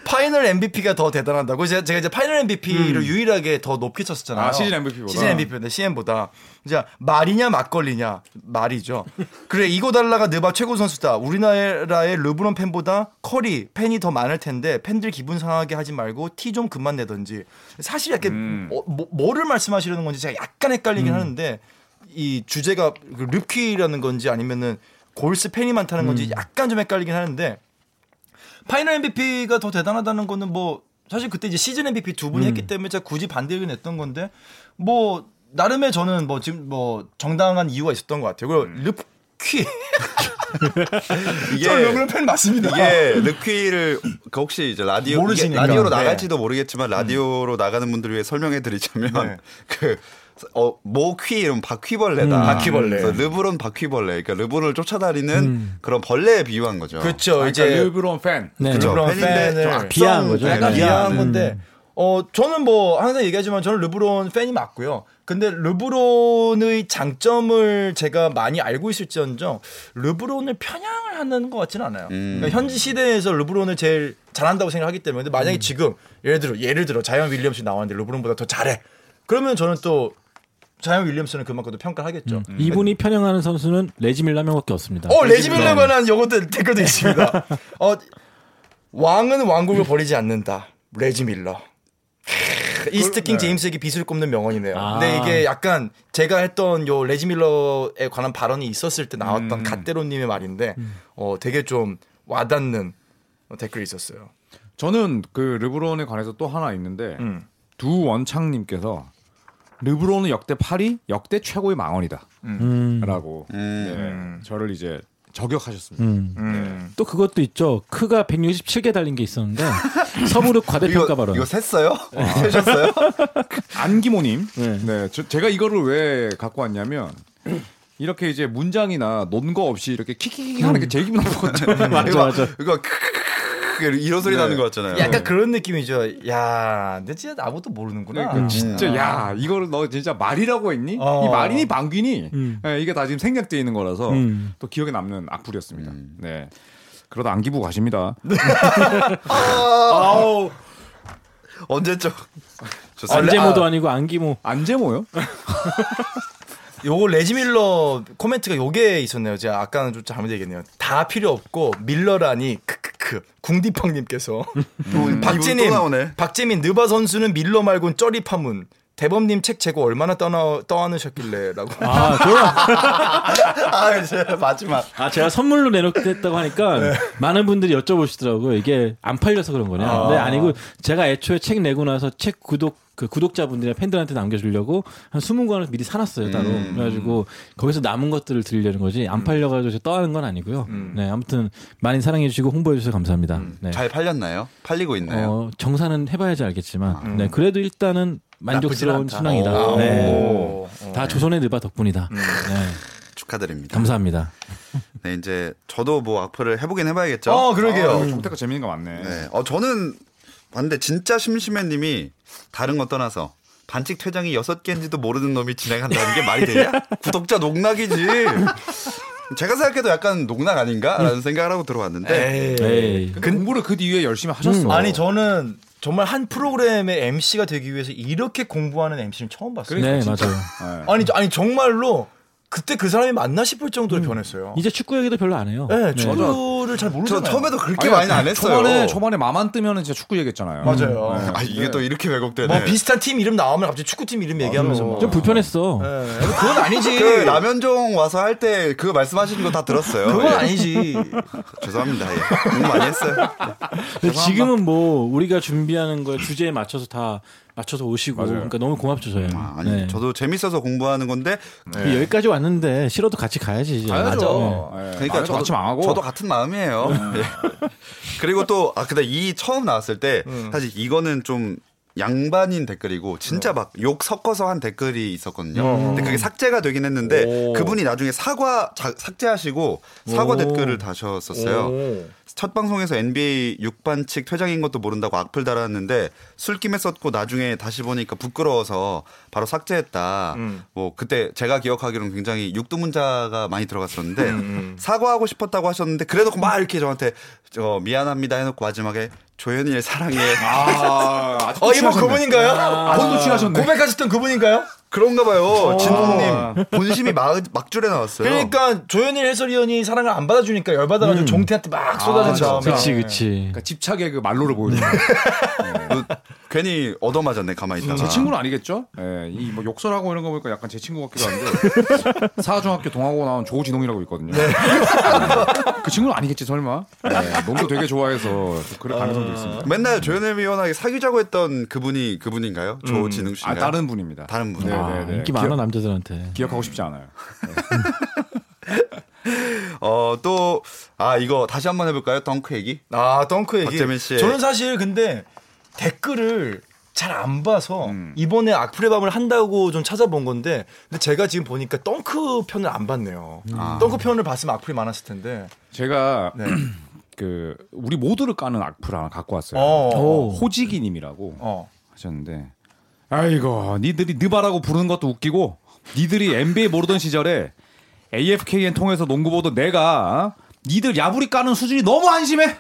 B: 파이널 MVP가 더 대단하다고 제가, 제가 이제 파이널 MVP를 유일하게 더 높게 쳤었잖아요.
D: 음. 아, 시즌 MVP 보다.
B: 시즌 MVP인데 CM보다 이제 말이냐 막걸리냐 말이죠. 그래 이고달라가 느바 최고 선수다. 우리나라의 르브론 팬보다 커리 팬이 더 많을 텐데 팬들 기분 상하게 하지 말고 티 좀 그만 내던지. 사실 약간
D: 음.
B: 어, 뭐, 뭐를 말씀하시려는 건지 제가 약간 헷갈리긴 하는데 이 주제가 그 르퀴라는 건지 아니면은 골스 팬이 많다는 건지
D: 음.
B: 약간 좀 헷갈리긴 하는데 파이널 MVP가 더 대단하다는 거는 뭐 사실 그때 이제 시즌 MVP 두 분이 했기 때문에 제가 굳이 반대 의견 냈던 건데 뭐 나름의 저는 뭐 지금 뭐 정당한 이유가 있었던 것 같아요. 그리고 르퀴
A: 이게
B: 음. 저 르브론 팬 맞습니다.
A: 이게 르퀴를 그 혹시 이제 라디오 이게
B: 모르시니까.
A: 라디오로
B: 네.
A: 나갈지도 모르겠지만 라디오로 나가는 분들을 위해 설명해 드리자면
B: 네.
A: 그 어, 모퀴 이름 바퀴벌레다.
B: 바퀴벌레.
A: 그래서 르브론 바퀴벌레. 그러니까 르브론을 쫓아다니는 그런 벌레에 비유한 거죠.
B: 그렇죠.
D: 어,
B: 이제
D: 이제 아, 그러니까 르브론 팬.
C: 네.
A: 그죠.
B: 르브론
A: 팬인데
B: 팬을
A: 좀 악성-
C: 비하한 거죠.
A: 네,
B: 약간
C: 약간 음.
B: 이해한
A: 비하하는.
B: 건데 어 저는 뭐 항상 얘기하지만 저는 르브론 팬이 맞고요. 근데 르브론의 장점을 제가 많이 알고 있을지언정 르브론을 편향을 하는 것 같지는 않아요.
C: 음.
B: 그러니까 현지 시대에서 르브론을 제일 잘한다고 생각하기 때문에 근데
C: 음.
B: 만약에 지금 예를 들어 예를 들어 자이언 윌리엄스 나왔는데 르브론보다 더 잘해. 그러면 저는 또 자이언 윌리엄스는 그만큼 더 평가를 하겠죠.
C: 음. 이분이 편향하는 선수는 아, 레지밀라 명밖에 없습니다.
B: 어 레지밀러 관한 요것도 댓글도 있습니다. 어 왕은 왕국을 버리지 않는다. 레지 밀러. 크, 이스트 킹 제임스에게 빚을 꼽는 명언이네요.
C: 네. 아.
B: 근데 이게 약간 제가 했던 요 레지 밀러에 관한 발언이 있었을 때 나왔던
C: 음.
B: 갓데로님의 말인데 어 되게 좀 와닿는 댓글이 있었어요.
D: 저는 그 르브론에 관해서 또 하나 있는데
B: 음.
D: 두 원창님께서 르브론은 역대 8위 역대 최고의 망언이다라고
C: 음.
D: 네, 저를 이제 저격하셨습니다.
C: 음.
B: 음.
C: 또 그것도 있죠. 크가 167개 달린 게 있었는데 서부력 네. 과대평가 발언.
A: 이거 샜어요? 세셨어요?
D: 안기모님,
C: 네.
D: 네, 저- 제가 이거를 왜 갖고 왔냐면 이렇게 이제 문장이나 논거 없이 이렇게 킥킥킥 하는 게 제 기분 나쁘거든요.
C: 네, 맞아 맞아.
A: 이거 크크크크 이런 소리
D: 네.
A: 나는 것 같잖아요. 음.
B: 약간 그런 느낌이죠. 야, 근데 진짜 아무도 모르는구나.
D: 그러니까
A: 아.
D: 진짜 야 이거를 너 진짜 말이라고 했니?
B: 어.
D: 이 말이니 방귀니?
C: 음.
D: 예, 이게 다 지금 생략돼 있는 거라서
C: 음.
D: 또 기억에 남는 악플이었습니다.
A: 음.
D: 네. 그러다 안기부 가십니다.
B: 아우.
A: 언제죠?
B: 원래-
C: 안재모도 아니고 안기모.
D: 안재모요?
B: 요거 레지 밀러 코멘트가 요게 있었네요. 제가 아까는 좀 잘못 얘기했네요. 다 필요 없고 밀러라니 크크크. 궁디팡님께서
A: 이분 또 나오네.
B: 박재민 박재민 느바 선수는 밀러 말곤 쩌리 파문. 대범님 책 재고 얼마나 떠나 떠안으셨길래라고.
C: 아, 저,
A: 아 이제 마지막.
C: 아 제가 선물로 내놓겠다고 하니까 많은 분들이 여쭤보시더라고요. 이게 안 팔려서 그런 거냐? 근데 아니고 제가 애초에 책 내고 나서 책 구독 그 구독자분들이나 팬들한테 남겨주려고 한 20권을 미리 사놨어요 따로 그래가지고 거기서 남은 것들을 드리려는 거지 안 팔려가지고 제가 떠하는 건 아니고요. 네 아무튼 많이 사랑해주시고 홍보해주셔서 감사합니다. 네.
A: 잘 팔렸나요? 팔리고 있나요?
C: 어, 정산은 해봐야지 알겠지만 네 그래도 일단은 만족스러운
B: 나쁘진 않다.
C: 신앙이다.
A: 오.
C: 네.
B: 오.
C: 다 조선의 느바 덕분이다. 네.
A: 축하드립니다.
C: 감사합니다.
A: 네, 이제 저도 뭐 악플을 해보긴 해봐야겠죠.
B: 어, 그러게요.
D: 아, 종태가 재밌는 거 많네.
A: 네. 어, 저는 봤는데 진짜 심심해님이 다른 거 떠나서 반칙 퇴장이 여섯 개인지도 모르는 놈이 진행한다는 게 말이 되냐? 구독자 농락이지. 제가 생각해도 약간 농락 아닌가라는 생각을 하고 들어왔는데
B: 음. 에이.
C: 네. 에이.
D: 근데 공부를 그 뒤에 열심히 하셨어.
B: 음. 아니 저는 정말 한 프로그램의 MC가 되기 위해서 이렇게 공부하는 MC는 처음 봤어요.
C: 네 맞아요.
D: 네.
B: 아니 저- 아니 정말로 그때 그 사람이 맞나 싶을 정도로 변했어요.
C: 이제 축구 얘기도 별로 안 해요.
B: 네, 축구를 잘
A: 저
B: 모르잖아요.
A: 처음에도 그렇게
D: 아니,
A: 많이 안 했어요.
D: 초반에 초반에 마만 뜨면은 진짜 축구 얘기했잖아요.
B: 맞아요.
D: 음, 네.
A: 아 이게 또 이렇게 왜곡되네.
B: 뭐 비슷한 팀 이름 나오면 갑자기 축구팀 이름 얘기하면서 막.
C: 좀 불편했어.
B: 예, 그건 아니지.
A: 그 남현종 와서 할 때 그 말씀하시는 거 다 들었어요.
B: 그건
A: 예.
B: 아니지.
A: 죄송합니다. 예. 너무 많이 했어요.
C: 근데 지금은 뭐 우리가 준비하는 걸 주제에 맞춰서 다 맞춰서 오시고 그러니까 너무 고맙죠 저희.
A: 아, 아니
C: 네.
A: 저도 재밌어서 공부하는 건데
C: 여기까지 왔는데 싫어도 같이 가야지 이제.
D: 가야죠.
C: 네.
D: 네.
A: 그러니까 저도,
D: 같이 망하고.
A: 저도 같은 마음이에요. 예. 그리고 또, 아, 근데 이 처음 나왔을 때, 사실 이거는 좀 양반인 댓글이고, 진짜 막 욕 섞어서 한 댓글이 있었거든요. 근데 그게 삭제가 되긴 했는데,
B: 오.
A: 그분이 나중에 사과, 자- 삭제하시고, 사과
C: 오.
A: 댓글을
B: 네.
A: 다셨었어요.
B: 오.
A: 첫 방송에서 NBA 6반칙 퇴장인 것도 모른다고 악플 달았는데 술김에 썼고 나중에 다시 보니까 부끄러워서 바로 삭제했다. 뭐 그때 제가 기억하기로는 굉장히 육두문자가 많이 들어갔었는데 사과하고 싶었다고 하셨는데 그래놓고 막 이렇게 저한테 저 미안합니다 해놓고 마지막에 조현일 사랑해
D: 아, 아직도
B: 어, 이분
D: 취하셨네.
B: 그분인가요?
D: 아직도 취하셨네.
B: 고백하셨던 그분인가요?
A: 그런가 봐요 진동님 본심이 막, 막줄에 나왔어요.
B: 그러니까 조현일 해설위원이 사랑을 안 받아주니까 열받아가지고 종태한테 막 쏟아진
D: 진짜.
B: 다음에 네.
C: 그치 그치.
D: 음. 그러니까 집착의 그 말로를 보여주는.
A: 그 괜히 얻어맞았네 가만히 있다가
D: 제 친구는 아니겠죠? 예, 이뭐 욕설하고 이런 거 보니까 약간 제 친구 같기도 한데 사중학교 동아고 나온 조진홍이라고 있거든요. 네. 그 친구는 아니겠지 설마? 예, 농구 되게 좋아해서 그럴 가능성도 있습니다. 아,
A: 맨날 조현일 위원하게 사귀자고 했던 그분이 그분인가요? 조진웅
D: 아
A: 씨인가요?
D: 다른 분입니다.
A: 다른 분.
D: 네,
C: 아,
D: 네, 네.
C: 인기
D: 기억-
C: 많아 남자들한테.
D: 기억하고 싶지 않아요.
A: 어, 또, 아, 이거 다시 한번 해볼까요? 덩크 얘기?
B: 아 덩크 얘기.
A: 박재민
D: 예.
A: 씨의-
B: 저는 사실 근데 댓글을 잘 안 봐서
D: 음.
B: 이번에 악플의 밤을 한다고 좀 찾아본 건데 근데 제가 지금 보니까 덩크 편을 안 봤네요.
D: 음. 아.
B: 덩크 편을 봤으면 악플이 많았을 텐데.
D: 제가 그 우리 모두를 까는 악플 하나 갖고 왔어요.
B: 어.
C: 오.
D: 호지기님이라고
B: 어.
D: 하셨는데 아이고 니들이 느바라고 부르는 것도 웃기고 니들이 NBA 모르던 시절에 AFKN 통해서 농구 보던 내가 니들 야부리 까는 수준이 너무 안심해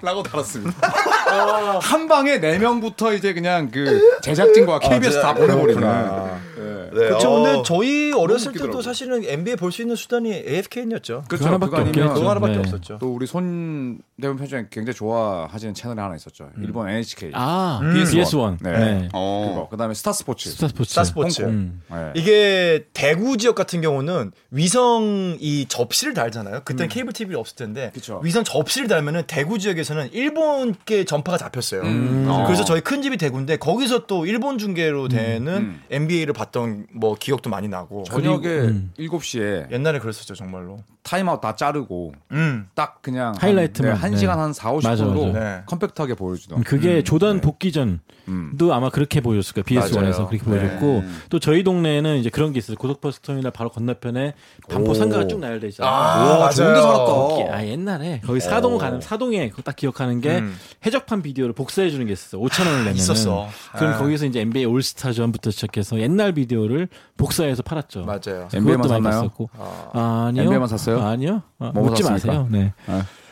D: 라고 달았습니다 네 한 방에 4명부터 이제 그냥 그 제작진과 KBS 다 보내버리는 예.
A: 네.
B: 그렇죠.
A: 어.
B: 근데 저희 어렸을 때도
D: 웃기더라고요.
B: 사실은 NBA 볼 수 있는 수단이 AFKN이었죠.
D: 그쵸,
C: 그거 하나밖에
D: 그거 아니면
C: 없겠죠.
B: 그거 하나밖에
C: 네.
B: 없었죠.
D: 또 우리 손대문 편집장이 굉장히 좋아하시는 채널이 하나 있었죠. 일본 NHK.
C: 아,
D: 음.
C: BS1.
D: 네.
C: 네.
A: 어.
D: 그거. 그다음에 스타 스포츠.
C: 스타 스포츠.
B: 스타 스포츠.
D: 홍콩.
C: 음.
D: 네.
B: 이게 대구 지역 같은 경우는 위성 이 접시를 달잖아요. 그때는 케이블 TV가 없을 텐데
D: 음. 그쵸.
B: 위성 접시를 달면은 대구 지역에서는 일본께 전파가 잡혔어요.
C: 음.
A: 어.
B: 그래서 저희 큰 집이 대구인데 거기서 또 일본 중계로 되는
D: 음. 아. 음.
B: NBA를 봤던 뭐 기억도 많이 나고
D: 저녁에
C: 음.
D: 7시에
B: 옛날에 그랬었죠 정말로.
D: 타임아웃 다 자르고
B: 음.
D: 딱 그냥 한-
C: 하이라이트만.
D: 네, 한
C: 네.
D: 시간 한 4, 50분으로
C: 맞아, 맞아. 음.
B: 네.
D: 컴팩트하게 보여주던.
C: 그게
B: 음,
C: 조던 복귀 전도
D: 음.
C: 아마 그렇게 보여줬을 거예요.
B: 맞아요. 네.
C: BS1에서 그렇게 보여줬고 또 저희 동네에는 이제 그런 게 있어요. 고속버스 터미널 바로 건너편에 반포 상가가 쭉 나열돼 있잖아요.
B: 아, 맞아요. 어.
D: 좋은 데 살았다.
C: 거기- 아 옛날에 거기 사동 가는 사동에 그거 딱 기억하는 게
B: 음.
C: 해적판 비디오를 복사해 주는 게 있었어 5천 원을 내면
B: 있었어.
C: 그럼
B: 아.
C: 거기서 이제 NBA 올스타전부터 시작해서 옛날 비디오를 복사해서 팔았죠.
B: 음. 맞아요.
D: NBA 만
C: 그것도 많이
D: 샀나요?
C: 봤었고 아, 니요
D: NBA 만 샀어요?
C: 아니요. 아,
D: 뭐
C: 묻지
D: 샀습니까?
C: 마세요. 네.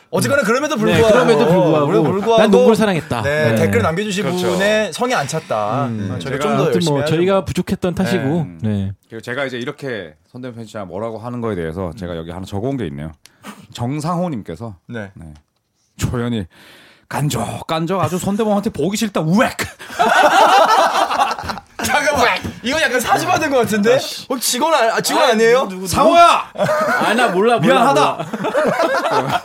B: 어쨌거나 그럼에도
C: 네,
B: 불구하고
C: 그럼에도 불구하고,
B: 그럼에도 불구하고
C: 난 농구를 사랑했다.
B: 네,
C: 네.
B: 댓글 남겨주신
A: 그렇죠.
B: 분의 성이 안 찼다. 어, 저희가 좀 더
C: 아무튼
B: 열심히
C: 뭐
B: 하죠.
C: 저희가 부족했던 탓이고.
D: 음.
C: 네.
D: 그리고 제가 이제 이렇게 손대문 편집장 뭐라고 하는 거에 대해서 제가 여기 하나 적어온 게 있네요. 정상호님께서
B: 네.
D: 조연이 간적 간적 아주 손대범한테 보기 싫다 우웩
B: 잠깐만 이건 약간 사주 받은 것 같은데? 어, 직원 아, 직원 아니에요?
D: 상호야
C: 아나 몰라, 몰라.
D: 미안하다.
C: 몰라.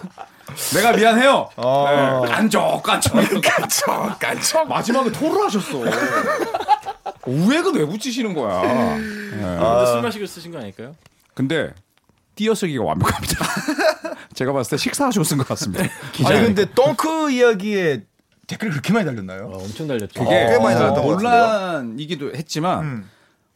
D: 내가 미안해요
B: 어.
D: 네. 간적 간적 간적 간적 마지막에 토를 하셨어 우웩은 왜 붙이시는 거야 네.
C: 근데 술 마시고 쓰신 거 아닐까요?
D: 근데 띄어쓰기가 완벽합니다 제가 봤을 때 식사하시고 쓴 것 같습니다
B: 아니 근데 덩크 이야기에 댓글 그렇게 많이 달렸나요?
C: 어, 엄청 달렸죠.
D: 그게
A: 꽤 많이 나왔던 것
D: 어, 논란이기도 했지만
B: 음.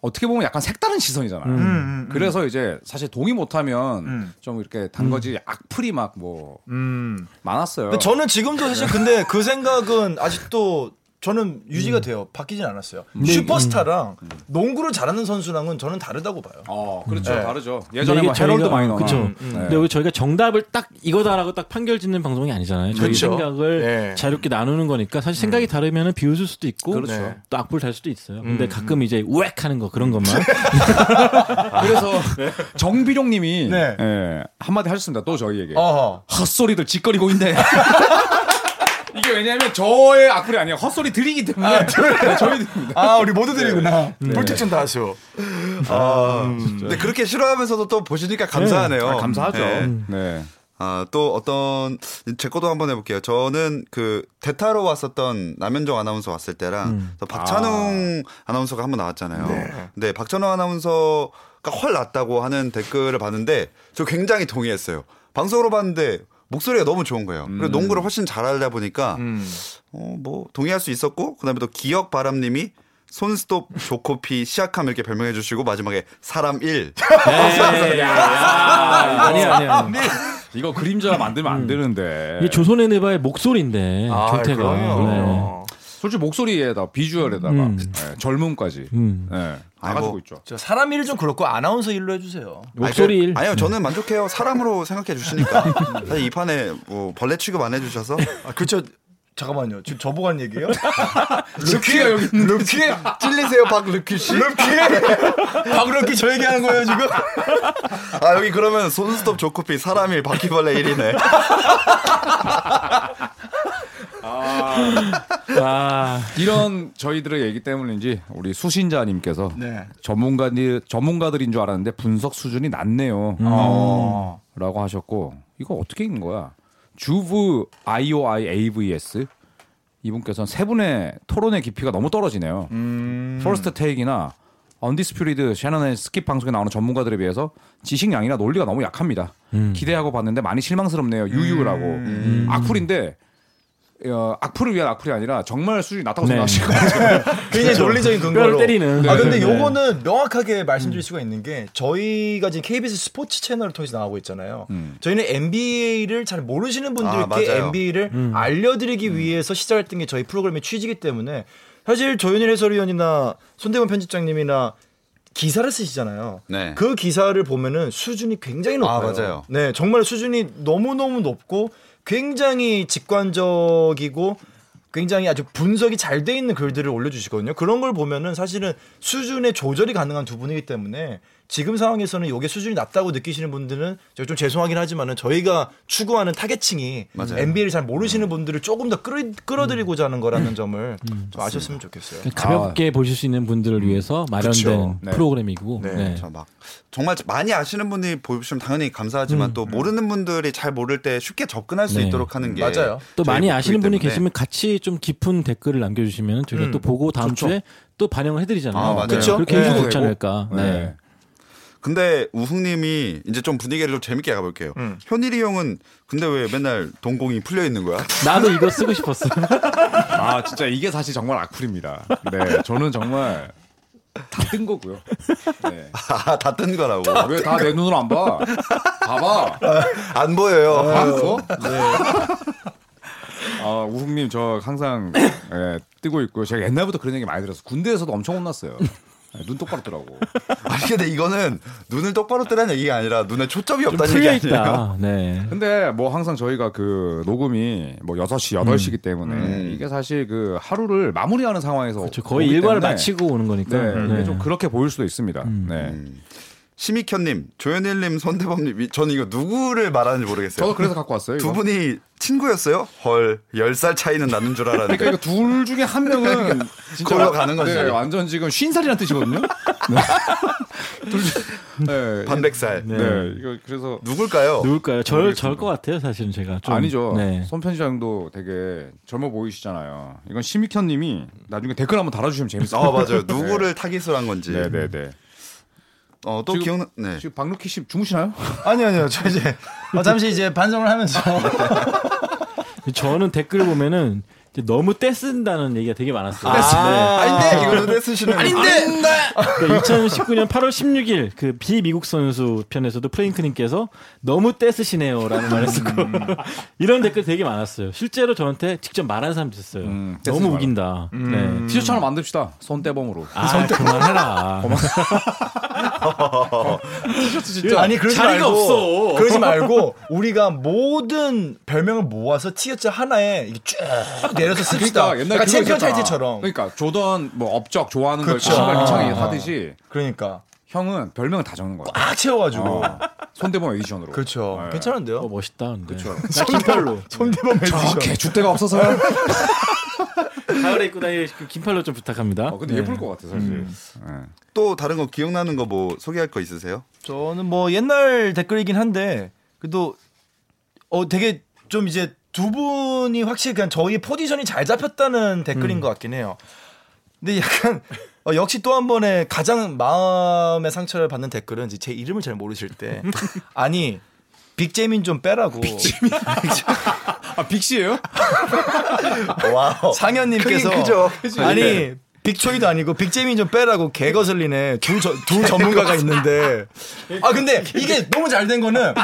D: 어떻게 보면 약간 색다른 시선이잖아요.
B: 음, 음.
D: 그래서 이제 사실 동의 못하면
B: 음.
D: 좀 이렇게 단거지 악플이 막 뭐
B: 음.
D: 많았어요.
B: 근데 저는 지금도 사실 근데 그 생각은 아직도 저는 유지가
C: 음.
B: 돼요. 바뀌진 않았어요.
C: 네.
B: 슈퍼스타랑 농구를 잘하는 선수랑은 저는 다르다고 봐요.
D: 어 그렇죠
B: 네.
D: 다르죠.
C: 근데
D: 예전에
C: 이게
D: 막 헤럴드 많이 나와.
C: 그쵸.
B: 음, 음.
C: 근데 우리 저희가 정답을 딱 이거다라고 딱 판결 짓는 방송이 아니잖아요. 저희
B: 그쵸.
C: 생각을
B: 네.
C: 자유롭게 나누는 거니까 사실 생각이 다르면 비웃을 수도 있고
D: 그렇죠.
B: 네.
C: 또 악플 달 수도 있어요. 근데 가끔 이제 우액 하는 거 그런 것만
D: 그래서 정비룡님이
B: 네.
D: 예, 한마디 하셨습니다. 또
C: 네.
D: 저희에게
B: 어허.
D: 헛소리들 짓거리고 있네. 이게 왜냐하면 저의 악플이 아니에요. 헛소리 들이기 때문에 네, 저희들입니다.
B: 아 우리
C: 네.
B: 모두들이구나. 물특전 다수.
C: 음.
B: 아,
A: 근데 그렇게 싫어하면서도 또 보시니까 감사하네요.
D: 아, 감사하죠.
A: 네.
D: 네.
A: 아, 또 어떤 제 것도 한번 해볼게요. 저는 그 대타로 왔었던 남현종 아나운서 왔을 때랑 또 박찬웅 아. 나운서가 한번 나왔잖아요. 근데 박찬웅 아나운서가 훨 낫다고 하는 댓글을 봤는데 저 굉장히 동의했어요. 방송으로 봤는데 목소리가 너무 좋은 거예요. 그리고 농구를 훨씬 잘하다 보니까 어, 뭐 동의할 수 있었고 그다음에 또 기억 바람님이 손스톱 조코피 시약함 이렇게 별명해 주시고 마지막에 사람 1
C: 아니야 아니야.
D: 이거 그림자 만들면 안 되는데.
C: 이게 조선의 네바의 목소리인데
B: 아,
C: 경태가 네.
D: 솔직히 목소리에다 비주얼에다가
C: 음.
D: 예, 젊음까지
C: 음.
D: 예, 다
A: 아이고.
D: 가지고 있죠.
B: 저 사람 일을 좀 그렇고 아나운서 일로 해주세요.
C: 목소리 일. 네.
A: 아니요 저는 만족해요 사람으로 생각해 주시니까 사실 이 판에 뭐 벌레 취급 안 해주셔서
B: 아 그쵸. 잠깐만요. 지금 저보고 한 얘기예요?
D: 루키가 여기 있는데 루키가
A: 찔리세요 박르키 씨.
B: 아, 박그렇게 저 얘기하는 거예요 지금?
A: 아 여기 그러면 손스톱 조코피 사람일 바퀴벌레 1이네.
C: 아,
D: 이런 저희들의 얘기 때문인지 우리 수신자님께서
B: 네.
D: 전문가들 전문가들인 줄 알았는데 분석 수준이 낮네요.
B: 어.
D: 라고 하셨고 이거 어떻게 읽는 거야? 주브 IOI AVS 이분께서는 세 분의 토론의 깊이가 너무 떨어지네요. 퍼스트 테이크나 언디스퓨리드 샤넌의 스킵 방송에 나오는 전문가들에 비해서 지식량이나 논리가 너무 약합니다. 기대하고 봤는데 많이 실망스럽네요. 유유라고 음. 악플인데 어, 악플을 위한 악플이 아니라 정말 수준이 낮다고
C: 네.
D: 생각하실 거예요.
B: 굉장히 논리적인 근거로.
C: 그렇죠. 뼈를 때리는.
B: 아 근데
C: 네. 음.
B: 요거는 명확하게 말씀드릴 수가 있는 게 저희가 지금 KBS 스포츠 채널을 통해서 나오고 있잖아요. 저희는 NBA를 잘 모르시는
A: 음. 아,
B: 분들께
A: 맞아요.
B: NBA를
C: 음.
B: 알려드리기 위해서 시작했던 게 저희 프로그램의 취지이기 때문에 사실 조현일 해설위원이나 손대문 편집장님이나 기사를 쓰시잖아요.
A: 네.
B: 그 기사를 보면은 수준이 굉장히 높아요.
A: 아, 맞아요.
B: 네, 정말 수준이 너무너무 높고 굉장히 직관적이고 굉장히 아주 분석이 잘 돼 있는 글들을 올려주시거든요. 그런 걸 보면은 사실은 수준의 조절이 가능한 두 분이기 때문에 지금 상황에서는 이게 수준이 낮다고 느끼시는 분들은 제가 좀 죄송하긴 하지만은 저희가 추구하는 타겟층이
A: 맞아요.
B: NBA를 잘 모르시는 분들을 조금 더 끌어, 끌어들이고자 하는
A: 음.
B: 거라는 점을 좀 아셨으면 좋겠어요.
C: 가볍게 보실 수 있는 분들을 위해서 마련된
B: 그쵸.
D: 네.
C: 프로그램이고
B: 네,
C: 네.
A: 저 막 정말 많이 아시는 분이 보시면 당연히 감사하지만 또 모르는 분들이 잘 모를 때 쉽게 접근할 수
C: 음. 네.
A: 있도록 하는 게
B: 맞아요.
C: 또
A: 저희
C: 많이 아시는 분이
A: 목표이기 때문에.
C: 계시면 같이 좀 깊은 댓글을 남겨주시면 저희가
B: 음,
C: 또 보고 다음 주에 또 반영을 해드리잖아요.
A: 아, 맞아요.
C: 그렇죠? 그렇게
B: 네.
C: 해주면
D: 네.
C: 좋지 않을까. 네.
A: 근데 우흥님이 이제 좀 분위기를 좀 재밌게 가볼게요.
B: 음.
A: 현일이 형은 근데 왜 맨날 동공이 풀려 있는 거야?
C: 나도 이거 쓰고 싶었어.
D: 아 진짜 이게 사실 정말 악플입니다. 네, 저는 정말 다 뜬 거고요. 네.
A: 다 뜬 거라고.
D: 왜 다 내 눈으로 안 봐? 봐봐.
A: 안 보여요.
D: 안 써?
C: 네.
D: 아 우흥님 저 항상 예, 뜨고 있고 제가 옛날부터 그런 얘기 많이 들었어. 군대에서도 엄청 혼났어요. 예, 눈 똑바로 뜨라고.
A: 아니 근데 이거는 눈을 똑바로 뜨라는 얘기가 아니라 눈에 초점이
C: 좀
A: 없다는 얘기
C: 풀려
A: 아니에요?
C: 있다. 네.
D: 근데 뭐 항상 저희가 그 녹음이 뭐 6시, 8시기 때문에 이게 사실 그 하루를 마무리하는 상황에서
C: 저 음. 그렇죠. 거의
D: 오기
C: 일과를
D: 때문에
C: 마치고 오는 거니까.
D: 네,
C: 네. 음.
D: 이게 좀 그렇게 보일 수도 있습니다. 네.
A: 심익현님, 조현일님, 손대범님, 이- 저는 이거 누구를 말하는지 모르겠어요.
D: 저도 그래서 갖고 왔어요.
A: 두
D: 이거.
A: 분이 친구였어요? 헐, 10살 차이는 나는 줄 알았는데.
D: 그러니까 이거 둘 중에 한 명은 진짜
A: 걸로 가는 거지.
D: 네, 완전 지금 쉰 살이란 뜻이거든요. 네. 둘 중- 네.
A: 반백살.
D: 네. 이거 그래서
A: 누굴까요?
C: 누굴까요? 절,
D: 모르겠습니다.
C: 절것 같아요, 사실은 제가. 좀.
D: 아니죠.
C: 네.
D: 손편지장도 되게 젊어 보이시잖아요. 이건 심익현님이 나중에 댓글 한번 달아주시면 재밌을
A: 아
D: 것 같아요.
A: 맞아요. 누구를 타깃으로 한 건지.
D: 네, 네, 네.
A: 어, 또
D: 지금-
A: 기억나. 네.
D: 지금 박루키 씨 주무시나요?
B: 아니요, 아니요. 저 이제 어, 잠시 이제 반성을 하면서
C: 저는 댓글을 보면은 이제 너무 떼쓴다는 얘기가 되게 많았어요. 네.
A: 아닌데 이거는 떼쓰시는 아닌데.
C: 2019년 8월 16일 그 비미국 선수 편에서도 프랭크님께서 너무 떼쓰시네요라는 말을 쓰고
D: 음.
C: 이런 댓글 되게 많았어요. 실제로 저한테 직접 말하는 사람도 있었어요.
D: 음, 떼쓰지
C: 너무
D: 마라.
C: 우긴다. 네.
D: 티셔츠 하나 만듭시다. 손대범으로.
C: 아, 그만해라.
D: 티셔츠
B: 아니 그러지
C: 자리가
B: 말고
C: 없어.
B: 그러지 말고 우리가 모든 별명을 모아서 티셔츠 하나에 이게 쭉 내려서 씁시다.
D: 그러니까
B: 그러니까,
D: 옛날 그거
B: 챔피언
D: 있었잖아.
B: 타이틀처럼. 그러니까.
D: 그러니까 조던 뭐 업적 좋아하는 걸
B: 그쵸.
D: 시발
B: 아.
D: 미창이 하듯이 형은 별명을 다 적는 거야.
B: 꽉 그러니까. 채워가지고.
D: 어. 손대범 에디션으로.
B: 아. 그렇죠.
D: 네.
B: 괜찮은데요?
C: 어, 멋있다. 근데. 나 긴팔로.
B: 손대범 에디션.
D: 정확해. 줏대가 아, 없어서요.
C: 가을에 입고 다니는 그 긴팔로 좀 부탁합니다.
D: 어, 근데
C: 네.
D: 예쁠 것 같아 사실.
B: 음.
D: 네.
A: 아, 또 다른 거 기억나는 거 뭐 소개할 거 있으세요?
B: 저는 뭐 옛날 댓글이긴 한데 그래도 어 되게 좀 이제 두 분이 확실히 그냥 저희 포지션이 잘 잡혔다는 댓글인 것 같긴 해요. 근데 약간 어, 역시 또 한 번의 가장 마음의 상처를 받는 댓글은 이제 제 이름을 잘 모르실 때 아니 빅재민 좀 빼라고
D: 아 빅씨예요?
A: 와우.
B: 상현님께서
A: 크긴 크죠. 네.
B: 아니 빅초이도 아니고 빅재민 좀 빼라고 개거슬리네 두, 저- 두 전문가가 있는데 아 근데 이게 너무 잘 된 거는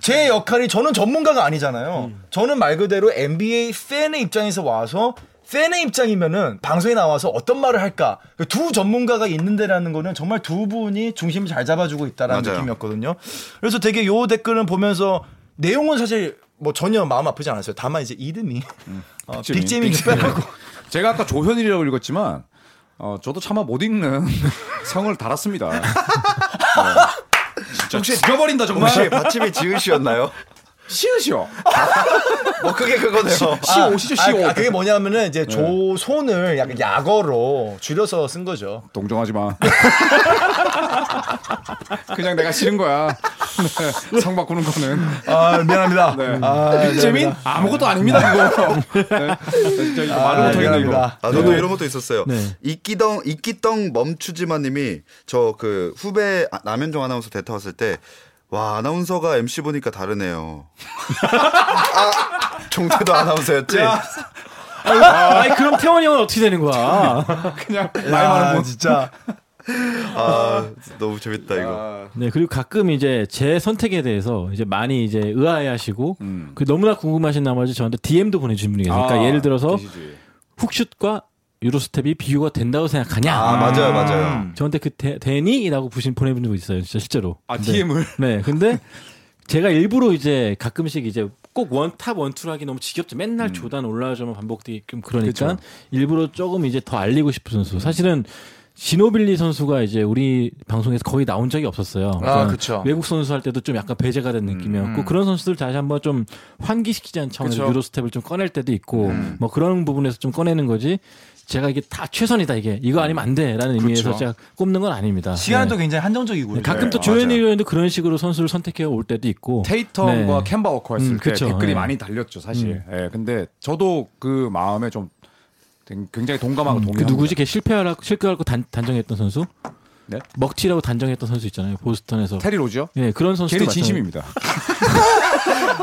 B: 제 역할이 저는 전문가가 아니잖아요 저는 말 그대로 NBA 팬의 입장에서 와서 팬의 입장이면은 방송에 나와서 어떤 말을 할까 그두 전문가가 있는데라는 거는 정말 두 분이 중심을 잘 잡아주고 있다라는
A: 맞아요.
B: 느낌이었거든요 그래서 되게 요 댓글은 보면서 내용은 사실 뭐 전혀 마음 아프지 않았어요 다만 이제 이름이 어,
D: 빅재민.
B: 빅재민 네. 좀 빼라고
D: 제가 아까 조현일이라고 읽었지만 어, 저도 차마 못 읽는 성을 달았습니다. 네. 진짜 죽여버린다 정말.
A: 혹시 받침이 지으시였나요?
D: 시으시오.
A: 뭐 그게 그거네요.
D: 시 오시죠 시 오.
B: 아, 그게 뭐냐면은 이제 조손을 약간 약어로 줄여서 쓴 거죠.
D: 동정하지 마. 그냥 내가 싫은 거야. 네, 성 바꾸는 거는.
B: 아 미안합니다.
D: 네.
B: 아,
D: 빅재민 아무것도 아닙니다 이거. 네. 진짜 이거 말을
B: 아,
D: 못하겠네 이거.
B: 미안합니다.
A: 아, 저도 이런 것도 있었어요.
C: 네.
A: 이끼덩 이끼덩 멈추지마님이 저 그 후배 아- 남현종 아나운서 대타 왔을 때 와 아나운서가 MC 보니까 다르네요. 아, 종태도 아나운서였지.
C: 아, 아니, 그럼 태원이 형은 어떻게 되는 거야?
D: 그냥 말 많은
B: 아
D: 분.
B: 진짜
A: 아 너무 재밌다 이거.
C: 네, 그리고 가끔 이제 제 선택에 대해서 이제 많이 이제 의아해하시고 그 너무나 궁금하신 나머지 저한테 DM도 보내주신 분이 계세요. 그러니까
D: 음. 아,
C: 예를 들어서
D: 계시지.
C: 훅슛과 유로스텝이 비교가 된다고 생각하냐?
A: 아 맞아요 맞아요.
C: 저한테 그 되, 되니?라고 보신 보내본 적 있어요. 진짜 실제로.
D: 아
C: 네.
D: DM을
C: 네, 근데 제가 일부러 이제 가끔씩 이제 꼭 원탑 원투로 하기 너무 지겹죠. 맨날 조단 올라와줘만 반복되기 좀 그러니까 일부러 조금 이제 더 알리고 싶은 선수. 사실은 지노빌리 선수가 이제 우리 방송에서 거의 나온 적이 없었어요.
B: 아,
C: 그러니까
B: 그쵸.
C: 외국 선수 할 때도 좀 약간 배제가 된 느낌이었고 그런 선수들 다시 한번 좀 환기시키자는 차원에서
D: 그쵸.
C: 유로 스텝을 좀 꺼낼 때도 있고 뭐 그런 부분에서 좀 꺼내는 거지. 제가 이게 다 최선이다 이게 이거 아니면 안 돼라는 의미에서
D: 그렇죠.
C: 제가 꼽는 건 아닙니다.
B: 시간도
C: 네.
B: 굉장히 한정적이고요.
C: 네, 가끔 또
D: 네,
C: 조현일
D: 맞아요.
C: 의원도 그런 식으로 선수를 선택해 올 때도 있고
D: 테이텀과
C: 네.
D: 캔바 워커 했을
C: 음,
D: 때
C: 그쵸.
D: 댓글이
C: 예.
D: 많이 달렸죠 사실. 예, 근데 저도 그 마음에 좀 굉장히 동감하고
C: 그
D: 동의합니다.
C: 누구지? 걔 실패하라고 실패하고 단, 단정했던 선수?
D: 네?
C: 먹튀라고 단정했던 선수 있잖아요. 보스턴에서.
D: 테리 로지요?
C: 예, 그런 선수.
D: 걔는 진심입니다.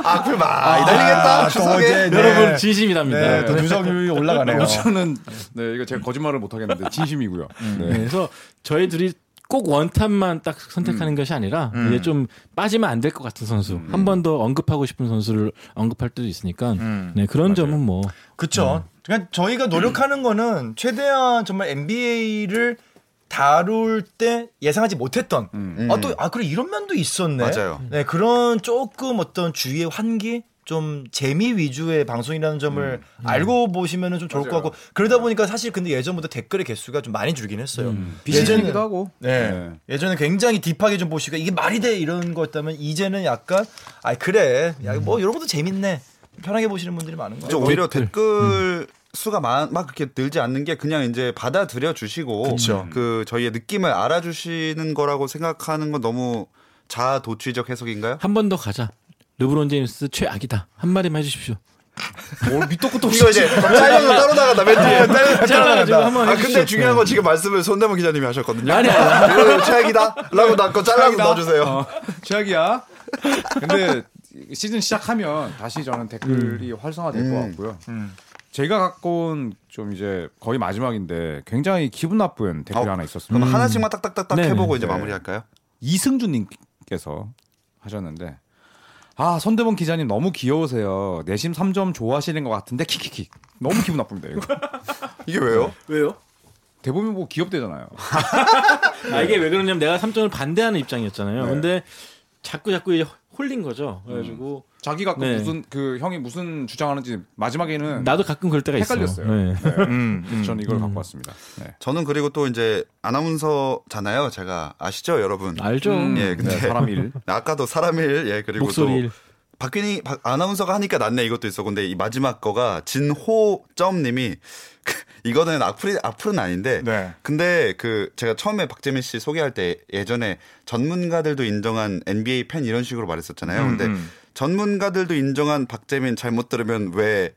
A: 악플 아, 많이 달리겠다. 추석에.
C: 네. 여러분 진심이랍니다.
B: 네, 더 누적률이 올라가네요.
D: 예. 저는 네 이거 제가 거짓말을 못 하겠는데 진심이고요. 네.
C: 네, 그래서 저희 둘이 꼭 원탑만 딱 선택하는
D: 음.
C: 것이 아니라 이제 좀 빠지면 안 될 것 같은 선수 한 번 더 언급하고 싶은 선수를 언급할 때도 있으니까
D: 음.
C: 네 그런 점은 뭐
B: 그쵸.
A: 음.
B: 그러니까 저희가 노력하는 거는 최대한 정말 NBA를 다룰 때 예상하지 못했던 아 또 아 그래 이런 면도 있었네.
A: 음. 맞아요.
B: 네 그런 조금 어떤 주위의 환기 좀 재미 위주의 방송이라는 점을
A: 음.
B: 알고 보시면은 좀 좋을 것 같고 그러다 보니까 사실 근데 예전보다 댓글의 개수가 좀 많이 줄긴 했어요.
A: 음.
B: 예전에는-
D: 비신이기도 하고.
B: 네.
D: 네.
B: 예전에 굉장히 딥하게 좀 보시고 이게 말이 돼 이런 거였다면 이제는 약간 아 그래 야, 뭐 이런 것도 재밌네 편하게 보시는 분들이 많은 거예요.
A: 저 오히려 댓글 수가 많, 막 그렇게 늘지 않는 게 그냥 이제 받아들여 주시고
B: 그쵸.
A: 그 저희의 느낌을 알아주시는 거라고 생각하는 건 너무 자아도취적 해석인가요?
C: 한 번 더 가자. 르브론 제임스 최악이다. 한 마디만 해주십시오.
B: 오, 밑도 끝도
A: 이거 이제 잘려서 따로 나간다 멘트.
C: 잘라가지고 한번
A: 아 근데
C: 해주십시오.
A: 네. 중요한 건 지금 말씀을 손대문 기자님이 하셨거든요.
C: 아니, 아니.
A: 그 최악이다라고 나거 잘라서 넣어주세요.
D: 어, 최악이야. 근데 시즌 시작하면 다시 저는 댓글이 활성화될 것 같고요. 제가 갖고 온 좀 이제 거의 마지막인데 굉장히 기분 나쁜 댓글 이
A: 어,
D: 하나 있었습니다.
A: 그럼 하나씩만 딱딱딱딱
C: 네네.
A: 해보고 이제
D: 네.
A: 마무리할까요?
D: 이승준님께서 하셨는데 아 손대범 기자님 너무 귀여우세요. 내심 3점 좋아하시는 것 같은데 킥킥킥 너무 기분 나쁩니다 이거. 뭐
A: 이게 왜요?
C: 왜요?
D: 대범이 보고 귀엽대잖아요.
C: 아, 이게 왜 그러냐면 내가 3점을 반대하는 입장이었잖아요.
D: 네.
C: 근데 자꾸 자꾸 이제 홀린 거죠. 그래가지고
D: 자기가 그
C: 네.
D: 무슨 그 형이 무슨 주장하는지 마지막에는
C: 나도 가끔 그럴 때가
D: 네. 헷갈렸어요.
C: 있어요. 네.
D: 저는 이걸 갖고 왔습니다. 네.
A: 저는 그리고 또 이제 아나운서잖아요. 제가 아시죠, 여러분?
C: 알죠.
A: 예, 근데
D: 네, 사람 일.
A: 아까도 사람일 예 그리고
C: 목소리
A: 또
C: 일.
A: 박균이 박- 아나운서가 하니까 낫네 이것도 있어. 근데 이 마지막 거가 진호점님이 이거는 악플이 악플은 아닌데.
B: 네.
A: 근데 그 제가 처음에 박재민 씨 소개할 때 예전에 전문가들도 인정한 NBA 팬 이런 식으로 말했었잖아요. 근데 전문가들도 인정한 박재민 잘못 들으면 왜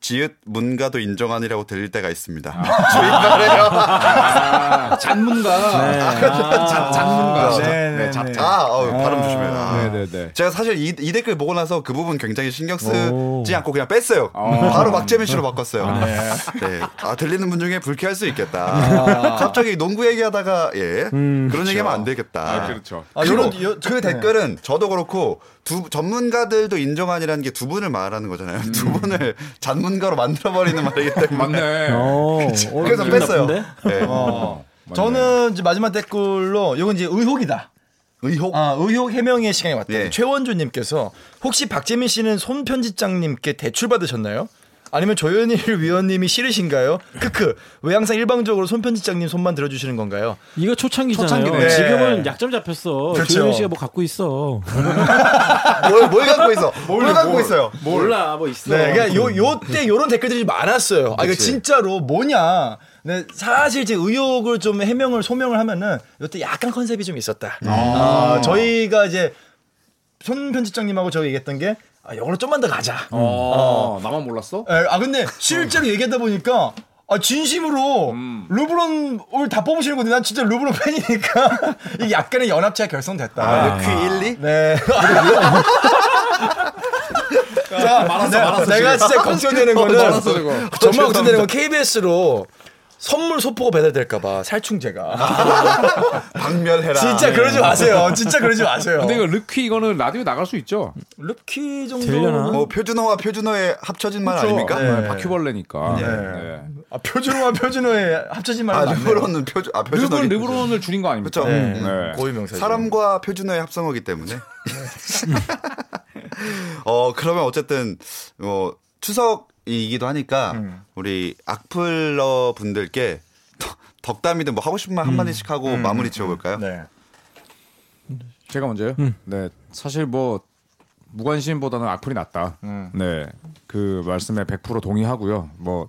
A: 지읒 문가도 인정하니라고 들릴 때가 있습니다. 주인말해요.
D: 아, 장문가.
A: 네.
D: 자- 장문가.
B: 네, 네,
D: 네, 잡-
B: 네.
A: 아, 어우, 발음 조심해라. 아.
D: 네네네.
A: 제가 사실 이, 이 댓글 보고 나서 그 부분 굉장히 신경 쓰지
C: 오.
A: 않고 그냥 뺐어요.
D: 아.
A: 바로 박재민 씨로 바꿨어요. 네. 아, 들리는 분 중에 불쾌할 수 있겠다. 갑자기 농구 얘기하다가 예
C: 음, 그렇죠.
A: 그런 얘기하면 안 되겠다.
D: 아, 그렇죠.
B: 아,
A: 그리고
B: 요런- 요-
A: 그
B: 네.
A: 댓글은 저도 그렇고 두 전문가들도 인정하니라는 게 두 분을 말하는 거잖아요. 두 분을 잔문가로 만들어버리는 말이기 때문에
D: 맞네.
C: 어, 어,
A: 그래서
C: 기분
A: 뺐어요.
C: 나쁜데?
A: 예.
B: 어.
D: 맞네.
B: 저는 이제 마지막 댓글로 이건 이제 의혹이다.
A: 의혹.
B: 아, 의혹 해명의 시간이 왔다.
A: 예.
B: 최원주님께서 혹시 박재민 씨는 손 편집장님께 대출 받으셨나요? 아니면 조현일 위원님이 싫으신가요? 크크. 왜 항상 일방적으로 손 편집장님 손만 들어주시는 건가요?
C: 이거 초창기잖아요.
B: 초창기네.
C: 지금은 약점 잡혔어.
B: 그렇죠.
C: 조현 씨가 뭐 갖고 있어.
A: 뭘, 뭘 갖고 있어? 뭘, 갖고 있어요?
C: 몰라 뭐 있어.
B: 네, 그러니까 요 요때 요런 댓글들이 많았어요. 아, 이거
A: 그치.
B: 진짜로 뭐냐? 네, 사실 제 의혹을 좀 해명을 소명을 하면은 요때 약간 컨셉이 좀 있었다. 아, 저희가 이제 손 편집장님하고 저희 얘기했던 게 아, 이걸로 좀만 더 가자.
D: 어, 나만 몰랐어?
B: 에, 아 근데 실제로 얘기하다 보니까 아 진심으로 르브론을 다 뽑으시는 건데 난 진짜 르브론 팬이니까 이게 약간의 연합체가 결성됐다.
A: 아, 퀴 1, 2?
B: 네. 자, 말았어,
D: 말았어,
B: 내가 진짜 걱정되는 거는
D: 말았어, 이거.
B: 정말 걱정되는 건 KBS로 선물 소포가 배달될까봐 살충제가
A: 박멸해라.
B: 진짜 그러지 마세요. 진짜 그러지 마세요.
D: 근데 이거 르키 이거는 라디오에 나갈 수 있죠.
B: 르키
C: 되려나?
B: 정도
A: 뭐 표준어와 표준어의 합쳐진 말 아닙니까?
D: 네.
B: 네.
D: 바퀴벌레니까.
B: 네.
D: 네.
B: 아, 표준어와 표준어에 합쳐진 네.
A: 아,
B: 말은 안 돼요.
A: 르브론은 표준, 아, 표준어.
D: 르브론 르브론을 줄인 거 아닙니까?
A: 그렇죠.
D: 네.
B: 고유 명사.
A: 사람과 표준어의 합성어기 때문에 어 그러면 어쨌든 뭐 추석이기도 하니까
D: 음.
A: 우리 악플러 분들께 덕- 덕담이든 뭐 하고 싶은
D: 음.
A: 말 한마디씩 하고 마무리 지어볼까요?
B: 네.
D: 제가 먼저요.
C: 음.
D: 네, 사실 뭐 무관심보다는 악플이 낫다. 네, 그 말씀에 100% 동의하고요. 뭐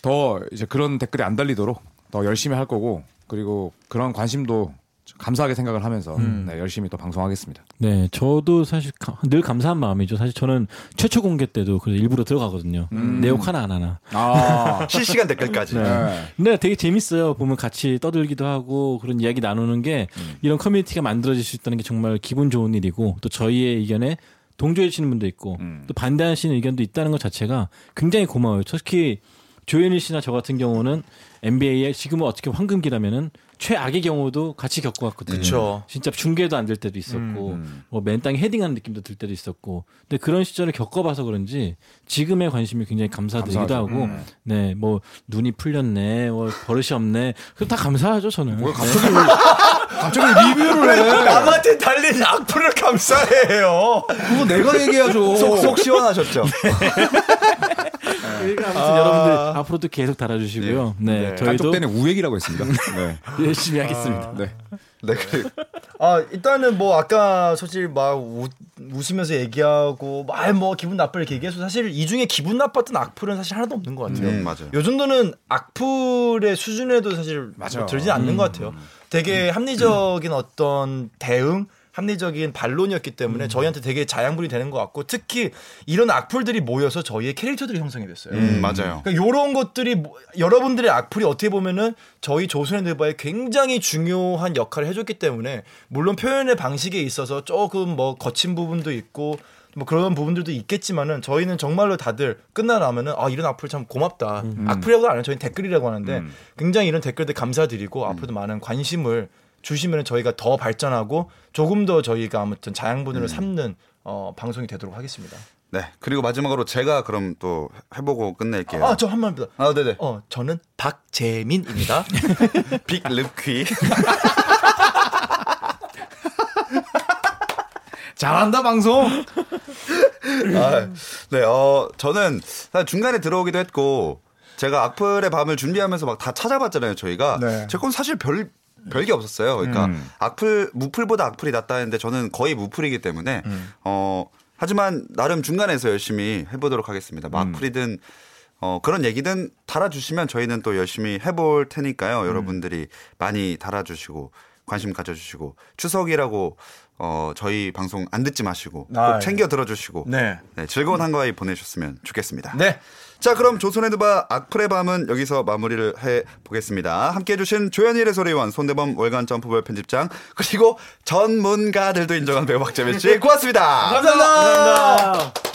D: 더 이제 그런 댓글이 안 달리도록 더 열심히 할 거고 그리고 그런 관심도 감사하게 생각을 하면서 네, 열심히 또 방송하겠습니다.
C: 네, 저도 사실 가- 늘 감사한 마음이죠. 사실 저는 최초 공개 때도 그래서 일부러 들어가거든요. 내욕 하나 안 하나.
D: 아,
A: 실시간 댓글까지.
D: 네.
C: 근데 되게 재밌어요. 보면 같이 떠들기도 하고 그런 이야기 나누는 게
B: 음.
C: 이런 커뮤니티가 만들어질 수 있다는 게 정말 기분 좋은 일이고 또 저희의 의견에 동조해 주시는 분도 있고
B: 음.
C: 또 반대하시는 의견도 있다는 것 자체가 굉장히 고마워요. 특히 조현일 씨나 저 같은 경우는 NBA에 지금은 어떻게 황금기라면은 최악의 경우도 같이 겪어왔거든요.
B: 그쵸.
C: 진짜 중계도 안 될 때도 있었고 뭐맨 땅에 헤딩하는 느낌도 들 때도 있었고 근데 그런 시절을 겪어봐서 그런지 지금의 관심이 굉장히 감사드리기도
D: 감사하죠.
C: 하고 네 뭐 눈이 풀렸네 뭐 버릇이 없네 그럼 다 감사하죠 저는
D: 뭐
C: 네.
D: 갑자기 갑자기 리뷰를 해?
B: 남한테 달린 악플을 감사해요.
D: 그거 내가 얘기해야죠. 네.
A: 속 시원하셨죠?
C: 그러니까 아무튼 여러분들 앞으로도 계속 달아주시고요 네,
D: 한쪽
C: 저희도
D: 때는 우액이라고 했습니다. 네.
C: 열심히 하겠습니다
D: 네.
A: 네. 그리고
B: 아 일단은 뭐 아까 솔직히 막 우, 웃으면서 얘기하고 막 뭐 기분 나쁠 이렇게 얘기해서 사실 이 중에 기분 나빴던 악플은 사실 하나도 없는 것
D: 네.
B: 같아요.
A: 음, 맞아요.
B: 요 정도는 악플의 수준에도 사실
D: 맞아.
B: 뭐 들지 않는 것
A: 음.
B: 같아요. 되게 합리적인 어떤 대응, 합리적인 반론이었기 때문에 저희한테 되게 자양분이 되는 것 같고 특히 이런 악플들이 모여서 저희의 캐릭터들이 형성이 됐어요.
A: 음, 맞아요.
B: 그러니까 이런 것들이 뭐- 여러분들의 악플이 어떻게 보면은 저희 조선의 늘바에 굉장히 중요한 역할을 해줬기 때문에 물론 표현의 방식에 있어서 조금 뭐 거친 부분도 있고 뭐 그런 부분들도 있겠지만은 저희는 정말로 다들 끝나나면은 아 이런 악플 참 고맙다 악플이라고 안 해요 저희는 댓글이라고 하는데 굉장히 이런 댓글들 감사드리고 앞으로도 많은 관심을 주시면 저희가 더 발전하고 조금 더 저희가 아무튼 자양분으로 삼는 어, 방송이 되도록 하겠습니다.
A: 네. 그리고 마지막으로 제가 그럼 또 해보고 끝낼게요.
B: 아 저 한 말입니다.
A: 아, 네네.
B: 어 저는 박재민입니다.
A: 빅 립퀴.
D: 잘한다 방송.
A: 아, 네, 어, 저는 사실 중간에 들어오기도 했고, 제가 악플의 밤을 준비하면서 막 다 찾아봤잖아요, 저희가.
B: 네. 음.
A: 제 건 사실 별, 별게 없었어요. 그러니까, 악플, 무플보다 악플이 낫다 했는데, 저는 거의 무플이기 때문에,
B: 음.
A: 어, 하지만 나름 중간에서 열심히 해보도록 하겠습니다. 뭐
B: 음.
A: 악플이든, 어, 그런 얘기든 달아주시면 저희는 또 열심히 해볼
B: 음.
A: 테니까요. 여러분들이 많이 달아주시고, 관심 가져주시고, 추석이라고, 어, 저희 방송 안 듣지 마시고, 꼭
B: 아, 예.
A: 챙겨 들어주시고,
B: 네.
A: 네, 즐거운 한가위 보내셨으면 좋겠습니다.
B: 네.
A: 자, 그럼 조선의 드바 악플의 밤은 여기서 마무리를 해 보겠습니다. 함께 해주신 조현일의 소리원, 손대범 월간 점프볼 편집장, 그리고 전문가들도 인정한 배우 박재민 씨, 고맙습니다.
B: 감사합니다.